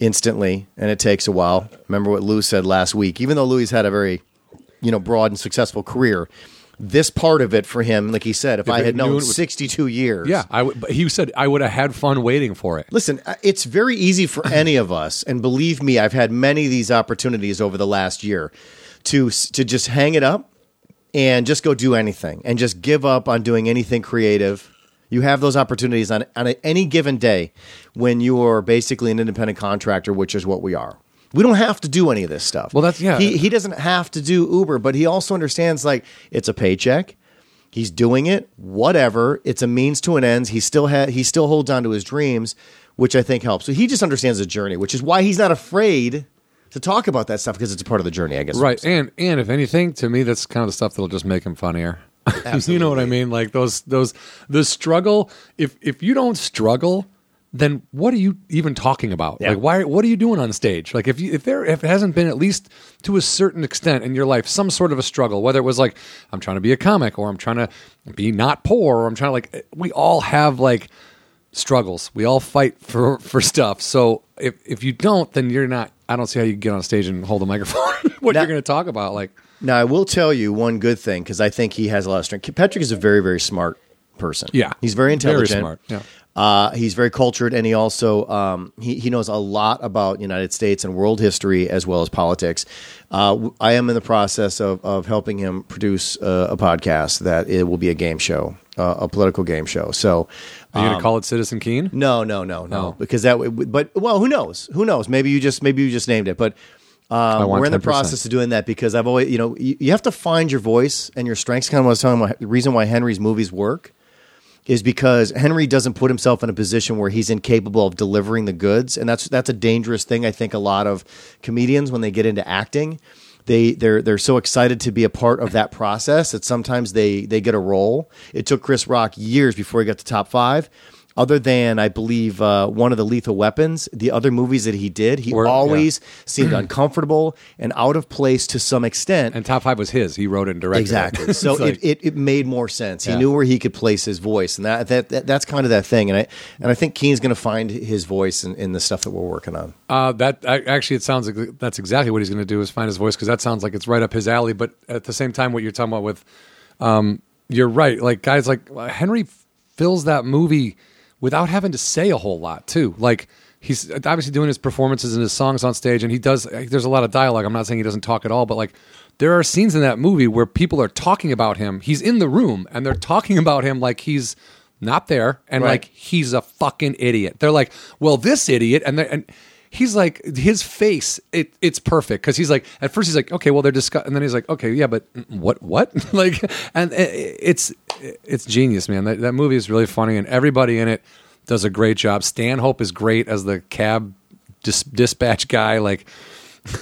instantly, and it takes a while. Remember what Lou said last week. Even though Lou's had a very, you know, broad and successful career, this part of it for him, like he said, if, I it had knew known it was- sixty-two years, Yeah. I w- but he said, I would have had fun waiting for it. Listen, uh, it's very easy for any of us, and believe me, I've had many of these opportunities over the last year to s- to just hang it up and just go do anything and just give up on doing anything creative. You have those opportunities on on a- any given day when you are basically an independent contractor, which is what we are. We don't have to do any of this stuff. Well, that's- yeah. He he doesn't have to do Uber, but he also understands like it's a paycheck. He's doing it, whatever. It's a means to an end. He still ha- he still holds on to his dreams, which I think helps. So he just understands the journey, which is why he's not afraid to talk about that stuff because it's a part of the journey. I guess. Right. And and if anything, to me that's kind of the stuff that'll just make him funnier. you know what I mean? Like those those the struggle if if you don't struggle, then what are you even talking about? Yeah. Like why what are you doing on stage? Like if you if there if it hasn't been at least to a certain extent in your life some sort of a struggle, whether it was like I'm trying to be a comic or I'm trying to be not poor or I'm trying to like we all have like struggles. We all fight for for stuff. So if if you don't, then you're not. I don't see how you can get on stage and hold a microphone. what No. you're going to talk about? Like, Now, I will tell you one good thing because I think he has a lot of strength. Patrick is a very, very smart person. Yeah. he's very Very intelligent. smart, yeah. Uh, he's very cultured, and he also um, he he knows a lot about United States and world history as well as politics. Uh, w- I am in the process of of helping him produce uh, a podcast that it will be a game show, uh, a political game show. So. uh, are you going to call it Citizen Keen? No, no, no, no, No. Because that, would but well, who knows? Who knows? Maybe you just maybe you just named it, but um, want we're in the 10%. process of doing that because I've always, you know, you, you have to find your voice and your strengths. Kind of what I was telling him, the reason why Henry's movies work is because Henry doesn't put himself in a position where he's incapable of delivering the goods, and that's that's a dangerous thing. I think a lot of comedians when they get into acting. They they're they're so excited to be a part of that process that sometimes they they get a role. It took Chris Rock years before he got to top five. Other than I believe uh, one of the Lethal Weapons, the other movies that he did, he Were- yeah. always seemed uncomfortable and out of place to some extent. And top five was his. He wrote it and directed. it. Exactly. It's So like- it, it, it made more sense. He Yeah. knew where he could place his voice, and that, that, that that's kind of that thing. And I and I think Keen's going to find his voice in, in the stuff that we're working on. Uh, that I, actually, it sounds ex- that's exactly what he's going to do is find his voice because that sounds like it's right up his alley. But at the same time, what you're talking about with, um, you're right. Like guys, like uh, Henry fills that movie without having to say a whole lot too. Like he's obviously doing his performances and his songs on stage, and he does. like, There's a lot of dialogue. I'm not saying he doesn't talk at all, but like there are scenes in that movie where people are talking about him. He's in the room and they're talking about him like he's not there and Right. like he's a fucking idiot. They're like, well, this idiot, and they're- and he's like, his face, it it's perfect because he's like, at first he's like, okay, well they're discussing, and then he's like, okay, yeah, but mm, what what like, and i- i- it's it's genius, man. That that movie is really funny, and everybody in it does a great job. Stanhope is great as the cab dis- dispatch guy, like.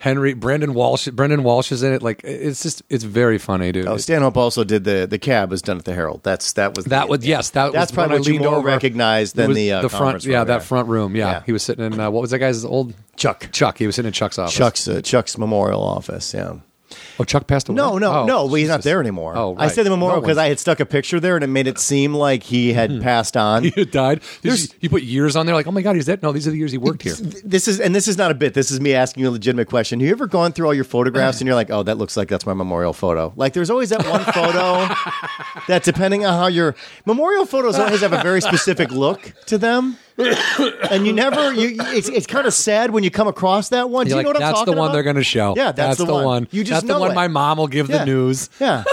Henry Brendan Walsh Brendan Walsh is in it like it's just it's very funny dude Oh, Stanhope also did the the cab was done at the Herald. That's that was that was yeah. yes. That That's was when probably I what you leaned more over. recognized than It was the, uh, front. conference Yeah, room, yeah. that front room. Yeah. Yeah. he was sitting in uh, what was that guy's old Chuck. Chuck. He was sitting in Chuck's office. Chuck's uh, Chuck's memorial office. Yeah. Oh, Chuck passed away. No, no, Oh, no. Well, he's not Jesus. there anymore. Oh, I right. said the memorial No because one's- Hmm. I had stuck a picture there and it made it seem like he had passed on. he died. You, There's- you put years on there, like oh my god, he's dead. No, these are the years he worked here. This is and this is not a bit. This is me asking you a legitimate question. Have you ever gone through all your photographs and you're like, oh, that looks like that's my memorial photo? Like, there's always that one photo that, depending on how your memorial photos always have a very specific look to them, and you never. You, it's it's kind of sad when you come across that one. Do you You're know like, what I'm that's talking the one about? they're going to show. Yeah, that's, the, one. You just that's know the one it. my mom will give Yeah. the news. Yeah.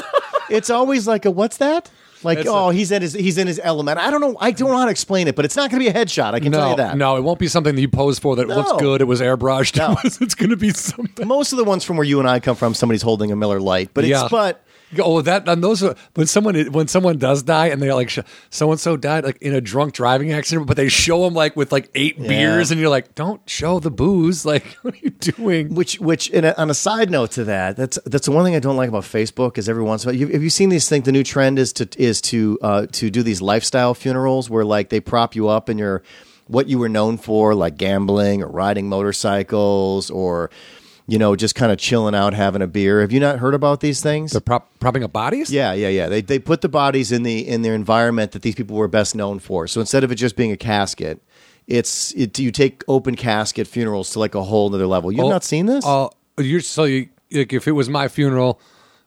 It's always like a what's that? Like It's oh he's in his he's in his element. I don't know I don't know how to explain it, but it's not going to be a headshot. I can tell No, you that. no, it won't be something that you posed for that No. looks good. It was airbrushed. No. it's going to be something. Most of the ones from where you and I come from, somebody's holding a Miller Light, but it's Yeah. but Oh, that and those are when someone when someone does die and they're like so and so died like in a drunk driving accident, but they show them like with like eight beers and you're like, don't show the booze. Like, what are you doing? Which, which, in a, on a side note to that, that's that's the one thing I don't like about Facebook is every once in a while. You, have you seen these things? The new trend is to is to uh, to do these lifestyle funerals where like they prop you up and you're what you were known for, like gambling or riding motorcycles or you know just kind of chilling out, having a beer. Have you not heard about these things? They're prop, propping up bodies. Yeah, yeah, yeah. They they put the bodies in the in their environment that these people were best known for. So instead of it just being a casket, it's it, you take open casket funerals to like a whole nother level. You've Oh, not seen this Oh, you're so you like if it was my funeral,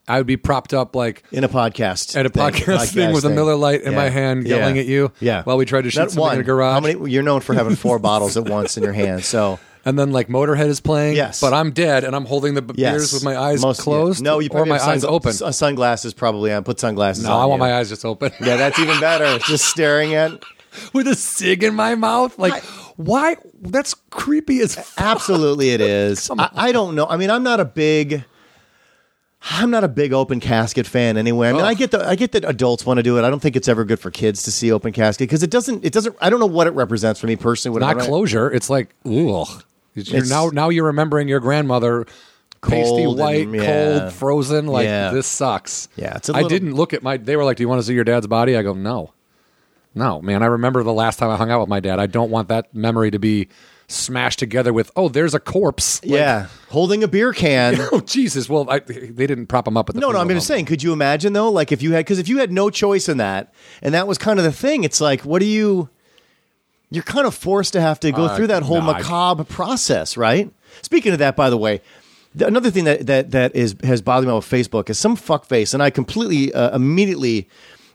I would be propped up like in a podcast at a podcast thing with a Miller Lite in my hand, Yeah. yelling at you. Yeah, while we tried to shoot Not something one. in a garage. How many? You're known for having four bottles at once in your hand. So. and then like Motorhead is playing. Yes. but I'm dead and I'm holding the b- Yes. beers with my eyes Most- closed. No, you or probably my have sungla- eyes open. sun- Sunglasses probably on. Put sunglasses no, on. I want you. my eyes just open. Yeah, that's even better. Just staring at. with a cig in my mouth. Like, Why? That's creepy as f- Absolutely, it is. I, I don't know. I mean, I'm not a big, I'm not a big open casket fan anyway. I mean, Oh. I get the, I get that adults want to do it. I don't think it's ever good for kids to see open casket because it doesn't, it doesn't. I don't know what it represents for me personally. What not I- closure. It's like ooh. You're It's- now now you're remembering your grandmother, pasty Cold white, and- yeah. cold, frozen. Like Yeah. this sucks. Yeah, it's a I little- didn't look at my. They were like, "Do you want to see your dad's body?" I go, "No, no, man. I remember the last time I hung out with my dad. I don't want that memory to be smashed together with oh, there's a corpse. Like, yeah, holding a beer can. oh Jesus. Well, I, they didn't prop him up at the No, no, I'm funeral just home. saying, could you imagine though? Like if you had, because if you had no choice in that, and that was kind of the thing, it's like, what do you, you're kind of forced to have to go Uh, through that whole no, I- macabre process, right? Speaking of that, by the way, th- another thing that, that, that is, has bothered me with Facebook is some fuckface, and I completely, uh, immediately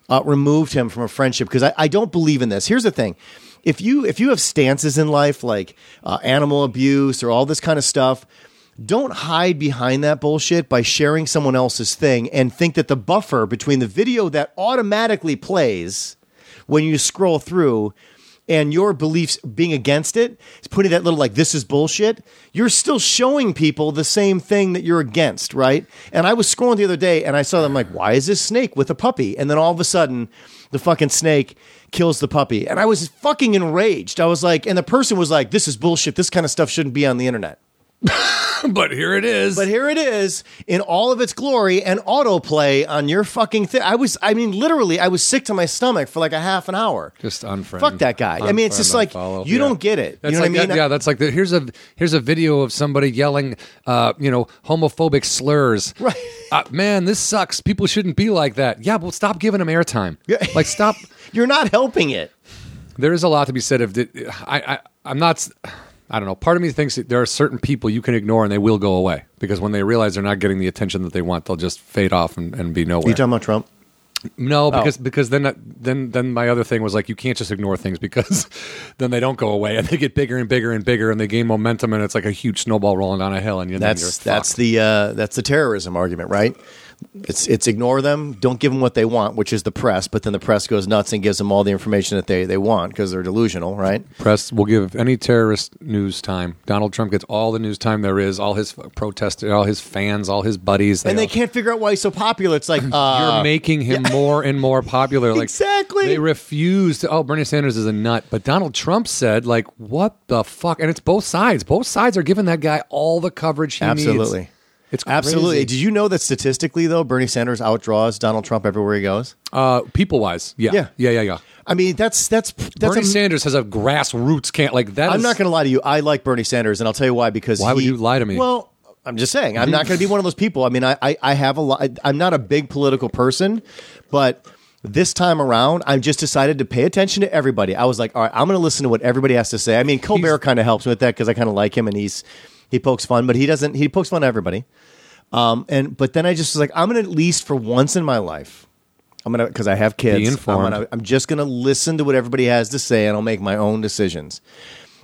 uh, removed him from a friendship because I, I don't believe in this. Here's the thing. If you if you have stances in life like uh, animal abuse or all this kind of stuff, don't hide behind that bullshit by sharing someone else's thing and think that the buffer between the video that automatically plays when you scroll through and your beliefs being against it, it's putting that little like this is bullshit. You're still showing people the same thing that you're against, right? And I was scrolling the other day and I saw them like, why is this snake with a puppy? And then all of a sudden, the fucking snake kills the puppy, and I was fucking enraged. I was like, and the person was like, this is bullshit. This kind of stuff shouldn't be on the internet. but here it is. But here it is in all of its glory and autoplay on your fucking thing. I was, I mean, literally, I was sick to my stomach for like a half an hour. Just unfriend. Fuck that guy. I mean, it's Unfriend, just like, unfollow. you Yeah. don't get it. That's you know like what I mean? that- yeah, that's like the, here's a here's a video of somebody yelling, uh, you know, homophobic slurs. Right. Uh, man, this sucks. People shouldn't be like that. Yeah, well, stop giving them airtime. Yeah. Like, stop. You're not helping it. there is a lot to be said of. the- I, I I'm not. s- I don't know. Part of me thinks that there are certain people you can ignore and they will go away because when they realize they're not getting the attention that they want, they'll just fade off and, and be nowhere. You talking about Trump? Oh. No, because because then then then my other thing was like you can't just ignore things because then they don't go away and they get bigger and bigger and bigger and they gain momentum and it's like a huge snowball rolling down a hill and you That's that's the uh, that's the terrorism argument, right? It's it's ignore them, don't give them what they want, which is the press. But then the press goes nuts and gives them all the information that they they want because they're delusional, right? press will give any terrorist news time. Donald Trump gets all the news time there is, all his protesters, all his fans, all his buddies, And they all- can't figure out why he's so popular. It's like uh, You're making him more and more popular. Like Exactly. They refuse to. Oh, Bernie Sanders is a nut, but Donald Trump said, like, what the fuck? And it's both sides. Both sides are giving that guy all the coverage he needs. Absolutely. It's crazy. absolutely. Did you know that statistically though, Bernie Sanders outdraws Donald Trump everywhere he goes? Uh, people wise, yeah, Yeah. yeah, yeah, yeah. yeah. I mean, that's that's that's. Bernie am- Sanders has a grassroots can't like that. I'm is- not going to lie to you. I like Bernie Sanders, and I'll tell you why. Because Why would he- you lie to me? Well, I'm just saying I'm not going to be one of those people. I mean, I I, I have a lot. I'm not a big political person, but. This time around, I just decided to pay attention to everybody. I was like, all right, I'm going to listen to what everybody has to say. I mean, Colbert kind of helps me with that because I kind of like him and he's he pokes fun, but he doesn't. He pokes fun at everybody. Um, and but then I just was like, I'm gonna at least for once in my life, I'm gonna because I have kids. Be informed. I'm, gonna, I'm just gonna listen to what everybody has to say, and I'll make my own decisions.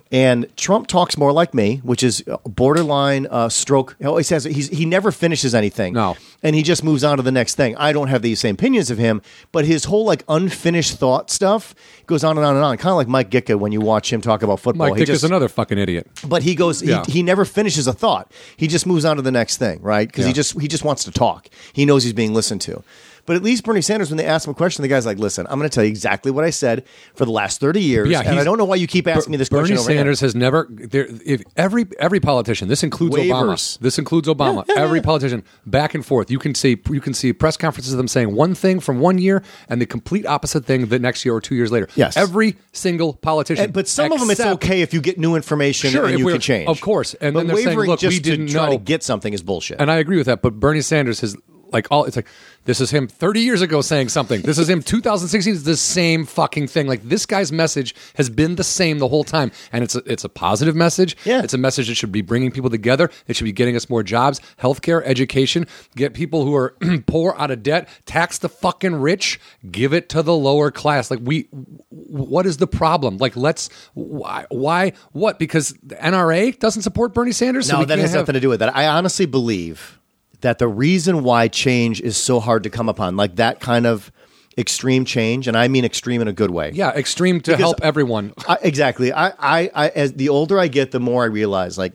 And Trump talks more like me, which is borderline uh, stroke. He always has he's, he never finishes anything. No. and he just moves on to the next thing. I don't have these same opinions of him, but his whole like unfinished thought stuff goes on and on and on, kind of like Mike Gitka when you watch him talk about football. Mike he Dick just, is another fucking idiot. but he goes Yeah. he, he never finishes a thought he just moves on to the next thing right because he Yeah. just he just wants to talk he knows he's being listened to but at least bernie sanders when they ask him a question the guy's like listen i'm going to tell you exactly what i said for the last 30 years Yeah, and i he's- don't know why you keep asking me this Bernie question over and over." Sanders has never. There, if every every politician, this includes Waivers. Obama. This includes Obama. every politician, back and forth. You can see you can see press conferences of them saying one thing from one year and the complete opposite thing the next year or two years later. Yes. every single politician. And- but some of them it's except- okay if you get new information Sure, and if you we're- can change of course. And but then they're saying, wavering "Look, just we didn't to try to know." get something is bullshit And I agree with that. But Bernie Sanders has like all it's like this is him 30 years ago saying something. This is him 2016. It's the same fucking thing. Like this guy's message has been the same the whole time, and it's a, it's a positive message. Yeah. it's a message that should be bringing people together. It should be getting us more jobs, healthcare, education. Get people who are poor out of debt. Tax the fucking rich. Give it to the lower class. Like we, what is the problem? Like let's why why what? Because the NRA doesn't support Bernie Sanders. so no we that can't has have- nothing to do with that i honestly believe that the reason why change is so hard to come upon like that kind of extreme change, and I mean extreme in a good way. Yeah, extreme to help everyone. I, exactly. I, I, I, as the older I get, the more I realize like,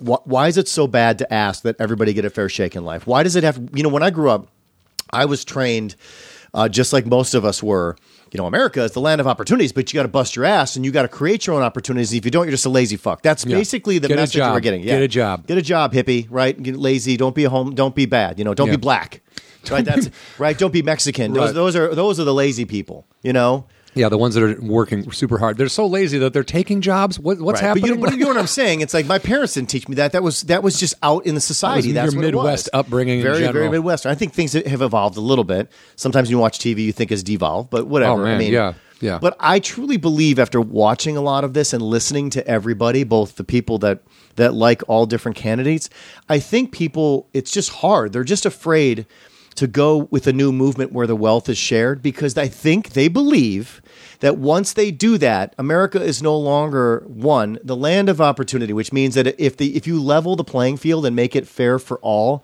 wh- why is it so bad to ask that everybody get a fair shake in life? Why does it have? You know, when I grew up, I was trained, uh, just like most of us were. You know, America is the land of opportunities, but you got to bust your ass and you got to create your own opportunities. If you don't, you're just a lazy fuck. That's basically the Get a message that job. we're getting. Get a job. Get a job, hippie. Right? Get lazy. Don't be a home. Don't be bad. You know. Don't Yeah. be black. Right. That's right. Don't be Mexican. Those, Right. those are those are the lazy people. You know. Yeah, the ones that are working super hard. They're so lazy that they're taking jobs. What, what's Right. happening? But you, but you know what I'm saying? It's like my parents didn't teach me that. That was that was just out in the society. That That's was your what it was. Midwest upbringing in Very very general. Midwestern. I think things have evolved a little bit. Sometimes when you watch TV, you think is devolved, but whatever. Oh, man. I mean, Yeah. Yeah. But I truly believe after watching a lot of this and listening to everybody, both the people that that like all different candidates, I think people it's just hard. They're just afraid to go with a new movement where the wealth is shared because I think they believe that once they do that, America is no longer one, the land of opportunity, which means that if the if you level the playing field and make it fair for all,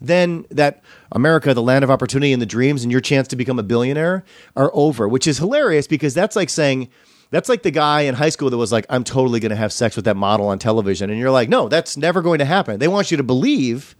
then that America, the land of opportunity and the dreams and your chance to become a billionaire are over, which is hilarious because that's like saying, that's like the guy in high school that was like, I'm totally going to have sex with that model on television. And you're like, no, that's never going to happen. They want you to believe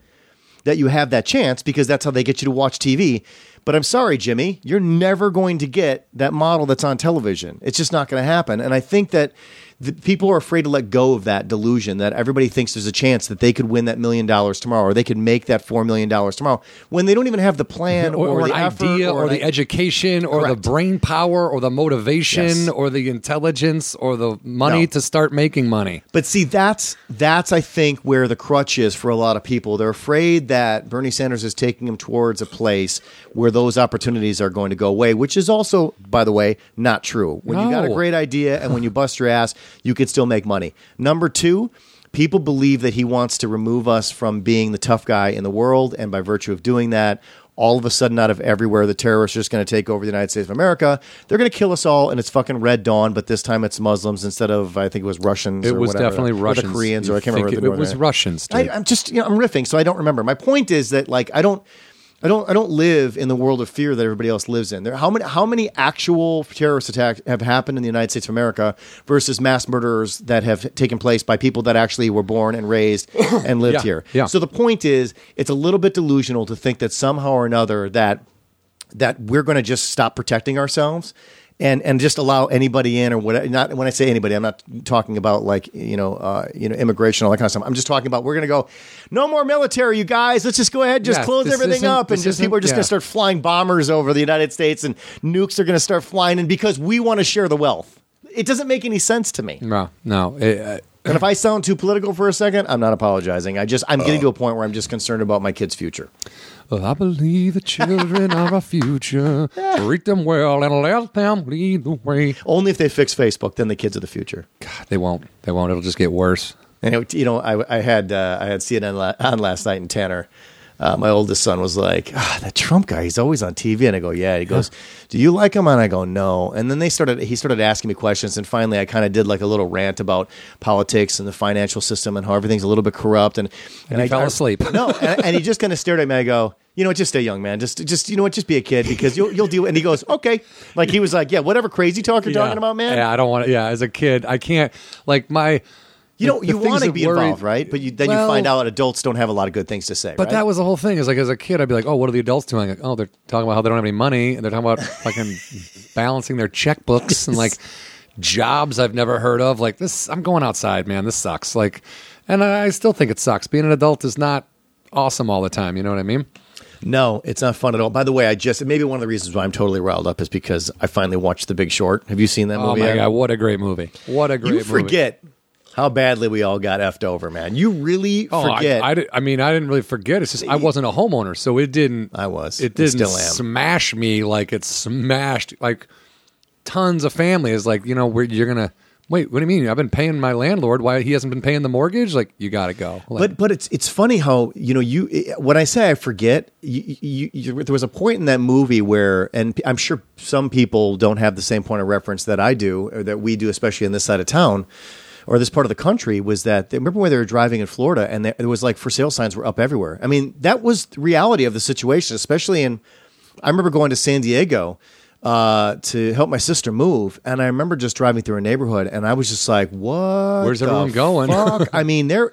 that you have that chance because that's how they get you to watch TV. But I'm sorry, Jimmy, you're never going to get that model that's on television. It's just not going to happen. And I think that the people are afraid to let go of that delusion that everybody thinks there's a chance that they could win that million dollars tomorrow or they could make that $4 million tomorrow when they don't even have the plan or, or, or an the effort idea, or, an the i- education, or Correct. the brain power, or the motivation, Yes. or the intelligence, or the money No. to start making money. But see, that's that's I think where the crutch is for a lot of people. They're afraid that Bernie Sanders is taking them towards a place where those opportunities are going to go away, which is also, by the way, not true. When you got a No. great idea and when you bust your ass, you could still make money. Number two. People believe that he wants to remove us from being the tough guy in the world, and by virtue of doing that, all of a sudden, out of everywhere, the terrorists are just going to take over the United States of America. They're going to kill us all, and it's fucking Red Dawn, but this time it's Muslims instead of I think it was Russians It or was whatever, definitely or Russians. the Koreans, or You I can't remember. think the It, it was Northern- Russians. Dude. I, I'm just, you know, I'm riffing, so I don't remember. My point is that, like, I don't, I don't, I don't live in the world of fear that everybody else lives in. There, how many, how many actual terrorist attacks have happened in the United States of America versus mass murderers that have taken place by people that actually were born and raised and lived Yeah, here? yeah. So the point is, it's a little bit delusional to think that somehow or another that that we're going to just stop protecting ourselves and and just allow anybody in or whatever. Not when I say anybody, I'm not talking about like you know uh, you know immigration all that kind of stuff. I'm just talking about we're going to go no more military, you guys. Let's just go ahead, just Yeah, close this everything isn't- up, and this just people are isn't- just going yeah. to start flying bombers over the United States, and nukes are going to start flying in because we want to share the wealth. It doesn't make any sense to me. no, no. It, uh, And if I sound too political for a second, I'm not apologizing. I just I'm Oh. getting to a point where I'm just concerned about my kid's future. Well, I believe the children are our future. Treat them well and let them lead the way. Only if they fix Facebook, then the kids are the future. God, they won't. They won't. It'll just get worse. And it, you know, I, I had uh, I had CNN la- on last night, and Tanner, uh, my oldest son, was like, ah, "That Trump guy, he's always on TV." And I go, "Yeah." He goes, "Do you like him?" And I go, "No." And then they started. He started asking me questions, and finally, I kind of did like a little rant about politics and the financial system and how everything's a little bit corrupt. And and, he I fell asleep. No, and, and he just kind of stared at me. I go. You know what? Just stay young, man. Just, just you know what? Just be a kid because you'll, you'll deal. And he goes, okay. Like he was like, yeah, whatever crazy talk you're talking about, man. Yeah, I don't want to. Yeah, as a kid, I can't. Like my. You know, the you things want to that be worried- involved, right? But you, then you Well- find out adults don't have a lot of good things to say. But right? that was the whole thing. Is like as a kid, I'd be like, "Oh, what are the adults doing?" Like, "Oh, they're talking about how they don't have any money, and they're talking about fucking balancing their checkbooks and like jobs I've never heard of." Like this, I'm going outside, man. This sucks. Like, and I I still think it sucks. Being an adult is not awesome all the time. You know what I mean? no, it's not fun at all. By the way, I just maybe one of the reasons why I'm totally riled up is because I finally watched The Big Short. Have you seen that Oh movie? my yet? god, what a great movie! What a great you forget how badly we all got effed over, man. You really Movie. Oh, forget. I, I, di- I mean, I didn't really forget. It's just I wasn't a homeowner, so it didn't. I was. It I didn't still am. smash me like it smashed like tons of families. Like you know, where you're gonna wait. What do you mean? I've been paying my landlord. Why he hasn't been paying the mortgage? Like you got to go. Like, but but it's it's funny how you know you it- when I say I forget, you, you, you, there was a point in that movie where, and I'm sure some people don't have the same point of reference that I do or that we do, especially in this side of town or this part of the country, was that they, remember when they were driving in Florida and there, there was like for sale signs were up everywhere. I mean, that was the reality of the situation, especially in. I remember going to San Diego uh, to help my sister move. And I remember just driving through a neighborhood, and I was just like, "What? Where's the everyone going?" fuck? I mean, there.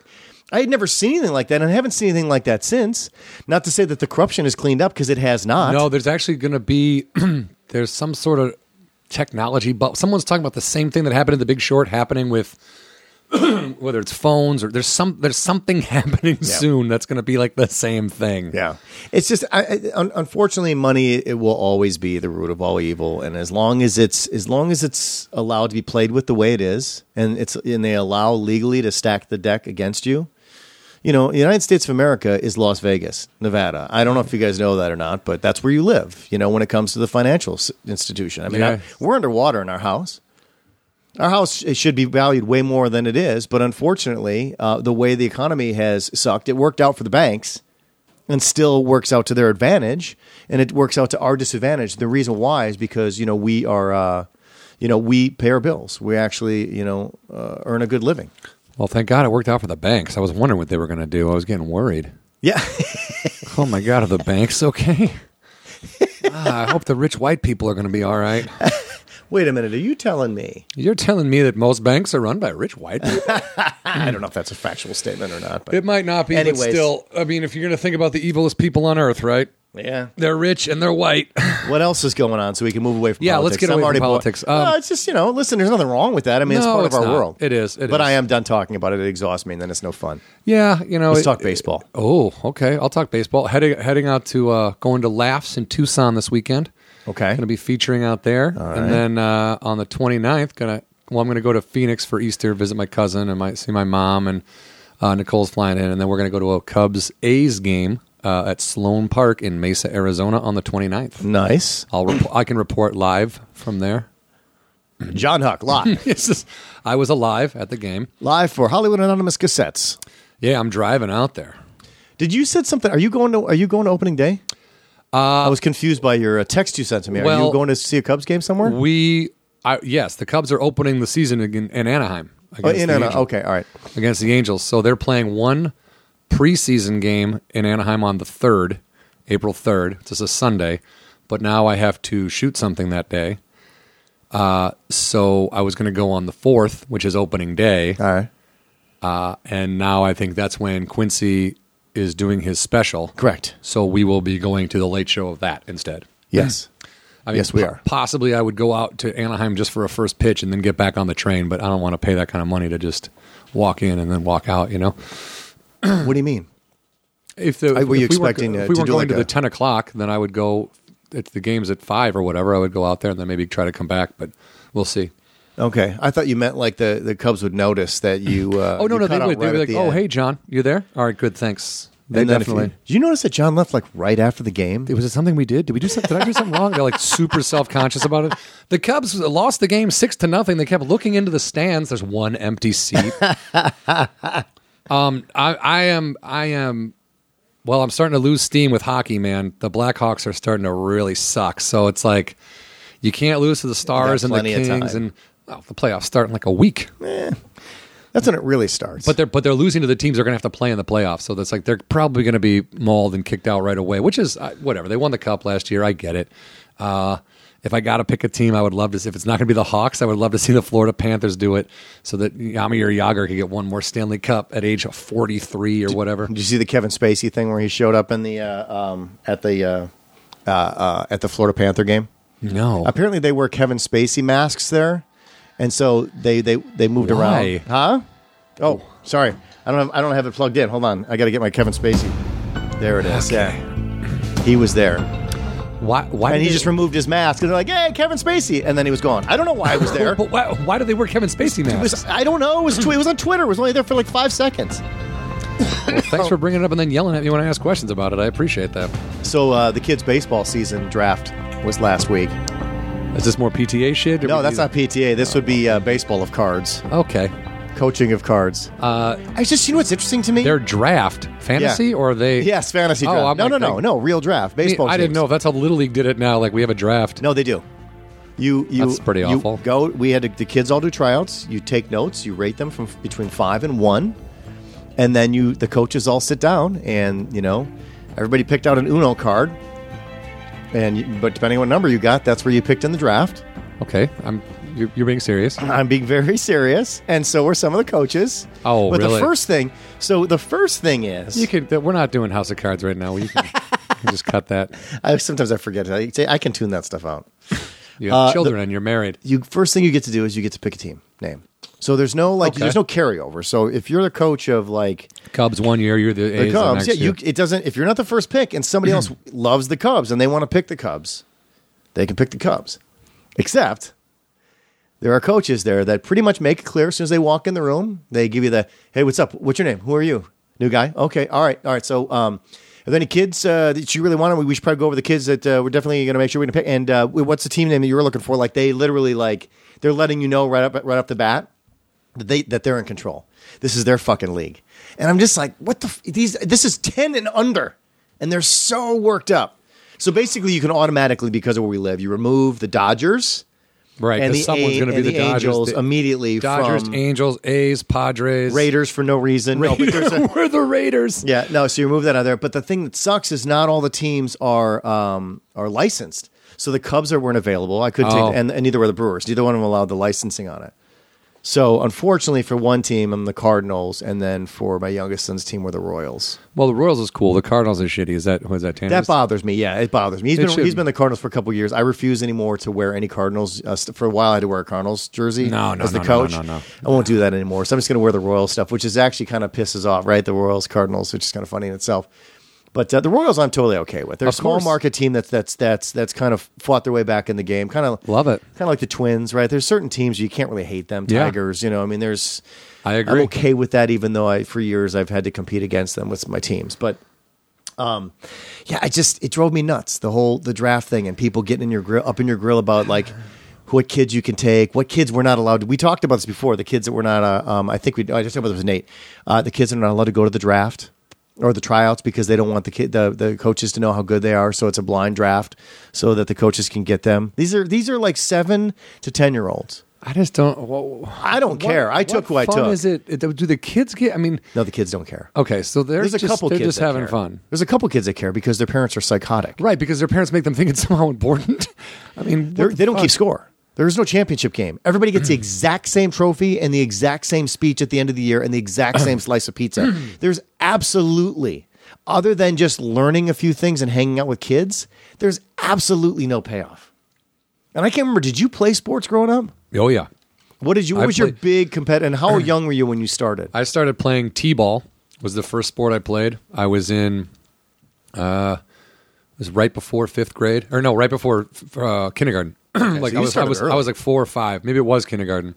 I had never seen anything like that, and I haven't seen anything like that since. Not to say that the corruption is cleaned up, because it has not. No, there's actually going to be there's some sort of technology, but someone's talking about the same thing that happened in The Big Short happening with whether it's phones or there's some there's something happening soon that's going to be like the same thing. Yeah, it's just I, I, un- unfortunately, money it will always be the root of all evil, and as long as it's as long as it's allowed to be played with the way it is, and it's and they allow legally to stack the deck against you. You know, the United States of America is Las Vegas, Nevada. I don't know if you guys know that or not, but that's where you live. You know, when it comes to the financial s- institution, I mean, Yeah. I- we're underwater in our house. Our house it should be valued way more than it is, but unfortunately, uh, the way the economy has sucked, it worked out for the banks and still works out to their advantage and it works out to our disadvantage the reason why is because you know we are uh, you know we pay our bills we actually you know uh, earn a good living Well, thank God it worked out for the banks. I was wondering what they were going to do. I was getting worried. yeah Oh my God, are the banks okay? Ah, I hope the rich white people are going to be all right. wait a minute are you telling me You're telling me that most banks are run by rich white people? i don't know if that's a factual statement or not but Hmm. It might not be, Anyways. but still, I mean, if you're going to think about the evilest people on earth, right? yeah They're rich and they're white. what else is going on so we can move away from Yeah, let's politics get away from politics. Um, no, it's just you know listen there's nothing wrong with that i mean it's No, part it's of our not. world It is, it but is. i am done talking about it it exhausts me and then it's no fun yeah, you know. let's it- talk baseball Oh, okay. I'll talk baseball. Heading heading out to uh, going to Laughs in Tucson this weekend. okay Going to be featuring out there, and then uh, on the 29th, gonna well, I'm going to go to Phoenix for Easter, visit my cousin, and my see my mom, and uh, Nicole's flying in, and then we're going to go to a Cubs A's game uh, at Sloan Park in Mesa, Arizona, on the 29th. nice I'll rep- I can report live from there. john huck live This is- I was alive at the game. live for hollywood anonymous cassettes Yeah, I'm driving out there. Did you said something? Are you going to Are you going to opening day? I was confused by your uh, text you sent to me. Are you well- going to see a Cubs game somewhere? We, I, yes, the Cubs are opening the season in, in Anaheim oh, against, in the and out. Angels, okay, all right. against the Angels. So they're playing one preseason game in Anaheim on the third, April third. This is a Sunday, but now I have to shoot something that day. Uh, so I was going to go on the fourth, which is opening day, All right. uh, and now I think that's when Quincy is doing his special. Correct. So we will be going to the late show of that instead. Yes. I mean, Yes, we po- are. Possibly, I would go out to Anaheim just for a first pitch and then get back on the train, but I don't want to pay that kind of money to just walk in and then walk out. You know, what do you mean? if the, Uh, were you if we expecting, uh, if we to weren't do going like to a- the ten o'clock, then I would go. If the game's at five or whatever, I would go out there and then maybe try to come back, but we'll see. Uh, Okay, I thought you meant like the, the Cubs would notice that you. Uh, Oh no, you no, cut they out would. They'd right be at like, the "Oh, end." hey, John, you there? All right, good, thanks." They And then if you- definitely. did you notice that John left like right after the game? was it something we did? Did we do something? Did I do something wrong? They're like super self conscious about it. The Cubs lost the game six to nothing. They kept looking into the stands. There's one empty seat. um, I, I am, I am. Well, I'm starting to lose steam with hockey, man. The Blackhawks are starting to really suck. So it's like you can't lose to the Stars and the plenty of Kings, time. and oh, the playoffs start in like a week. That's when it really starts. But they're but they're losing to the teams they're going to have to play in the playoffs. So that's like they're probably going to be mauled and kicked out right away. Which is uh, whatever. They won the cup last year. I get it. Uh, if I got to pick a team, I would love to. If it's not going to be the Hawks, I would love to see the Florida Panthers do it, so that Yamir Yager could get one more Stanley Cup at age forty three or whatever. Did you see the Kevin Spacey thing where he showed up in the uh, um, at the uh, uh, uh, at the Florida Panther game? No, Apparently, they wear Kevin Spacey masks there, and so they they they moved Why? around. Huh? Oh, sorry. I don't have I don't have it plugged in. Hold on. I got to get my Kevin Spacey. There it is. Yeah. He was there, why? Why? and did he they- just removed his mask, and they're like, "Hey, Kevin Spacey," and then he was gone. I don't know why I was there. But why, why do they wear Kevin Spacey It masks? was, I don't know. It was tw- it was on Twitter. It was only there for like five seconds. Thanks for bringing it up and then yelling at me when I ask questions about it. I appreciate that. So uh, the kids' baseball season draft was last week. Is this more PTA shit? or No, we- that's not PTA. This would be uh, baseball of cards, Okay. coaching of cards. Uh, I just you know what's interesting to me. their draft fantasy Yeah. or are they Yes, fantasy Oh, draft. I'm no, like no, no, the- no, real draft. Baseball. I didn't teams. know if that's how the Little League did it now. Like we have a draft. No, they do. You, you. That's pretty you awful. Go. We had to, the kids all do tryouts. You take notes. You rate them from f- between five and one, and then you the coaches all sit down and you know everybody picked out an Uno card, and you- but depending on what number you got, that's where you picked in the draft. Okay, I'm. You're, you're being serious. I'm being very serious, and so were some of the coaches. Oh, but really? the first thing, so the first thing is, You could. We're not doing House of Cards right now. You can, you can just cut that. I sometimes I forget it. I say I can tune that stuff out. You Uh, have children and you're married. You first thing you get to do is you get to pick a team name. So there's no like Okay. there's no carryover. So if you're the coach of like Cubs one year, you're the, A's the the Cubs, yeah, next you, year. it doesn't. If you're not the first pick and somebody else loves the Cubs and they want to pick the Cubs, they can pick the Cubs. Except there are coaches there that pretty much make it clear as soon as they walk in the room. They give you the hey, what's up? What's your name? Who are you? New guy? Okay, all right, all right. So, um, are there any kids uh, that you really want? We should probably go over the kids that uh, we're definitely going to make sure we're going to pick. And uh, what's the team name that you were looking for? Like they literally like they're letting you know right up right off the bat that they that they're in control. This is their fucking league. And I'm just like, what the f- these this is 10 and under and they're so worked up. So basically you can automatically because of where we live, you remove the Dodgers right. and 'cause the, someone's A- going to be and the, the, Dodgers, Angels the- immediately Dodgers, from Angels, A's, Padres, Raiders for no reason. No, but there's a- we're the Raiders. yeah, no. So you remove that out of there. But the thing that sucks is not all the teams are um, are licensed. So the Cubs are weren't available. I could not Oh. take, and, and neither were the Brewers. Neither one of them allowed the licensing on it. So unfortunately for one team, I'm the Cardinals, and then for my youngest son's team were the Royals. Well, the Royals is cool. The Cardinals is shitty. Is that who is that? Tanner's? That bothers me. Yeah, it bothers me. He's It been shouldn't. he's been the Cardinals for a couple years. I refuse anymore to wear any Cardinals. Uh, st- for a while, I had to wear a Cardinals jersey. No, no, as the no, no, no, coach. no, no. I won't do that anymore. So I'm just going to wear the Royals stuff, which is actually kind of pisses off, right? The Royals, Cardinals, which is kind of funny in itself. But uh, the Royals, I'm totally okay with. They're a Of small course. market team that's that's that's that's kind of fought their way back in the game. Kind of Love it. Kind of like the Twins, right? There's certain teams you can't really hate them. Yeah. Tigers, you know. I mean, there's. I I'm agree. okay with that, even though I for years I've had to compete against them with my teams. But um, yeah, I just it drove me nuts the whole the draft thing and people getting in your grill up in your grill about like what kids you can take, what kids we're not allowed. to... We talked about this before. The kids that were not, uh, um, I think we I just talked about this with Nate. Uh, the kids that are not allowed to go to the draft or the tryouts because they don't want the kid the, the coaches to know how good they are. So it's a blind draft so that the coaches can get them. These are these are like seven to ten year olds. I just don't. wha- I don't what- care. I what took who I fun took. Is it? it- Do the kids get? I mean, No, the kids don't care. okay, so they're There's a just, couple they're kids just that having care. fun, There's a couple kids that care because their parents are psychotic. right? Because their parents make them think it's somehow important. I mean, They're, what they do not the keep fuck? Mm. score. There is no championship game. Everybody gets the exact same trophy and the exact same speech at the end of the year and the exact same slice of pizza. There's absolutely, other than just learning a few things and hanging out with kids, there's absolutely no payoff. And I can't remember, did you play sports growing up? Oh yeah, What did you? What I was your played- big competitor? And how young were you when you started? I started playing t-ball. Was the first sport I played. I was in. Uh, it was right before fifth grade, or no, right before f- uh, kindergarten. like you I was, I started was, I early. was like four or five. Maybe it was kindergarten.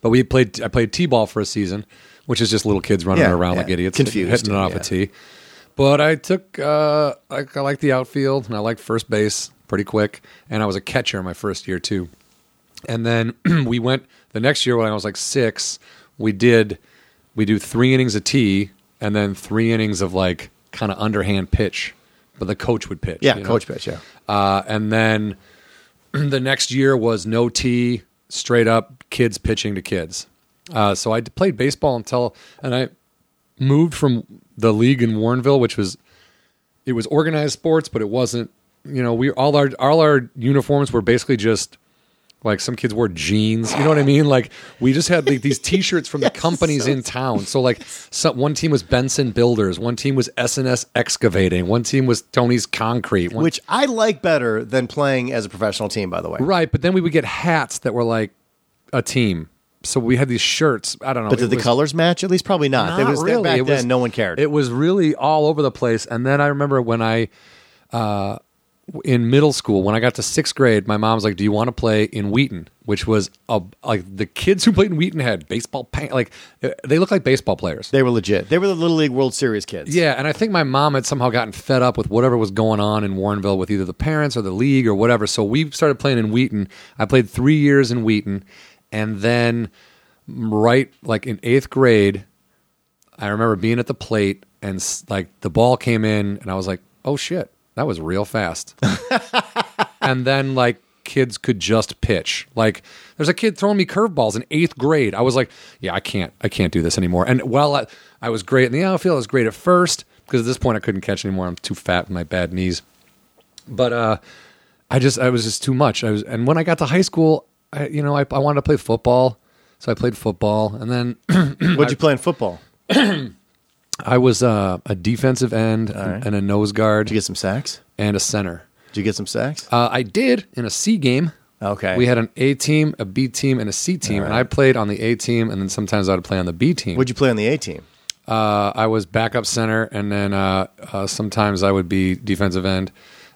But we played. I played t-ball for a season, which is just little kids running Yeah, around yeah. like idiots, Confused, hitting it off yeah. a tee. But I took. Uh, I, I liked the outfield, and I liked first base pretty quick. And I was a catcher my first year too. And then we went the next year when I was like six. We did we do three innings of tee and then three innings of like kind of underhand pitch, but the coach would pitch. yeah, you know? coach pitch. Yeah, Uh, and then the next year was no tee, straight up kids pitching to kids. Uh, so I d- played baseball until, and I moved from the league in Warrenville, which was it was organized sports, but it wasn't. You know, we all our all our uniforms were basically just like some kids wore jeans. You know what I mean? Like we just had like these T-shirts from the companies in town. So like some, one team was Benson Builders, one team was S&S Excavating, one team was Tony's Concrete, one which I like better than playing as a professional team. By the way, Right, but then we would get hats that were like a team. So we had these shirts. I don't know. but did it the was colors match? At least probably not. not There was really. back It was- then. No one cared. It was really all over the place. And then I remember when I, uh, w- in middle school, when I got to sixth grade, my mom's like, "Do you want to play in Wheaton?" Which was a, like the kids who played in Wheaton had baseball pants. Like uh, they look like baseball players. they were legit. They were the Little League World Series kids. Yeah, and I think my mom had somehow gotten fed up with whatever was going on in Warrenville with either the parents or the league or whatever. So we started playing in Wheaton. I played three years in Wheaton, and then right like in eighth grade, I remember being at the plate and s- like the ball came in, and I was like, "Oh shit, that was real fast." and then like kids could just pitch. Like there's a kid throwing me curveballs in eighth grade. I was like, yeah, I can't, I can't do this anymore. And while I, I was great in the outfield, I was great at first because at this point I couldn't catch anymore. I'm too fat with my bad knees. but uh, I just I was just too much. I was, and when I got to high school, I, you know, I, I wanted to play football, so I played football, and then What'd you play in football? I was uh, a defensive end right. and a nose guard Did you get some sacks? and a center. Did you get some sacks? Uh, I did in a C game. okay. We had an A team, a B team, and a C team, and I played on the A team, and then sometimes I'd play on the B team. What'd you play on the A team? uh, I was backup center, and then uh, uh, sometimes I would be defensive end,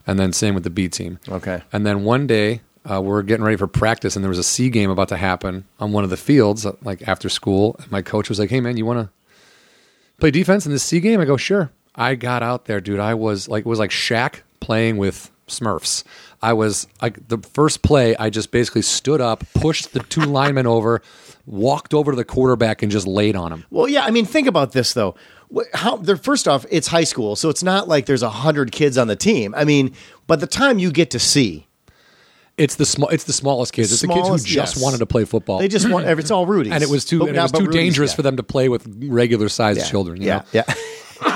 and then same with the B team. Okay. And then one day uh, we were getting ready for practice, and there was a C game about to happen on one of the fields, uh, like after school. And my coach was like, "Hey, man, you want to play defense in this C game?" I go, "Sure." I got out there, dude. I was like, it was like Shaq playing with Smurfs. I was like the first play. I just basically stood up, pushed the two linemen over, walked over to the quarterback, and just laid on him. Well, yeah. I mean, think about this though. Wh- How they're first off, it's high school, so it's not like there's a hundred kids on the team. I mean, by the time you get to see, It's the small. It's the smallest kids. It's the kids Smallest, who just yes. wanted to play football. they just want every- it's all Rudy's, and it was too. But and it not- was but too Rudy's dangerous guy. for them to play with regular sized children. You yeah, know? yeah.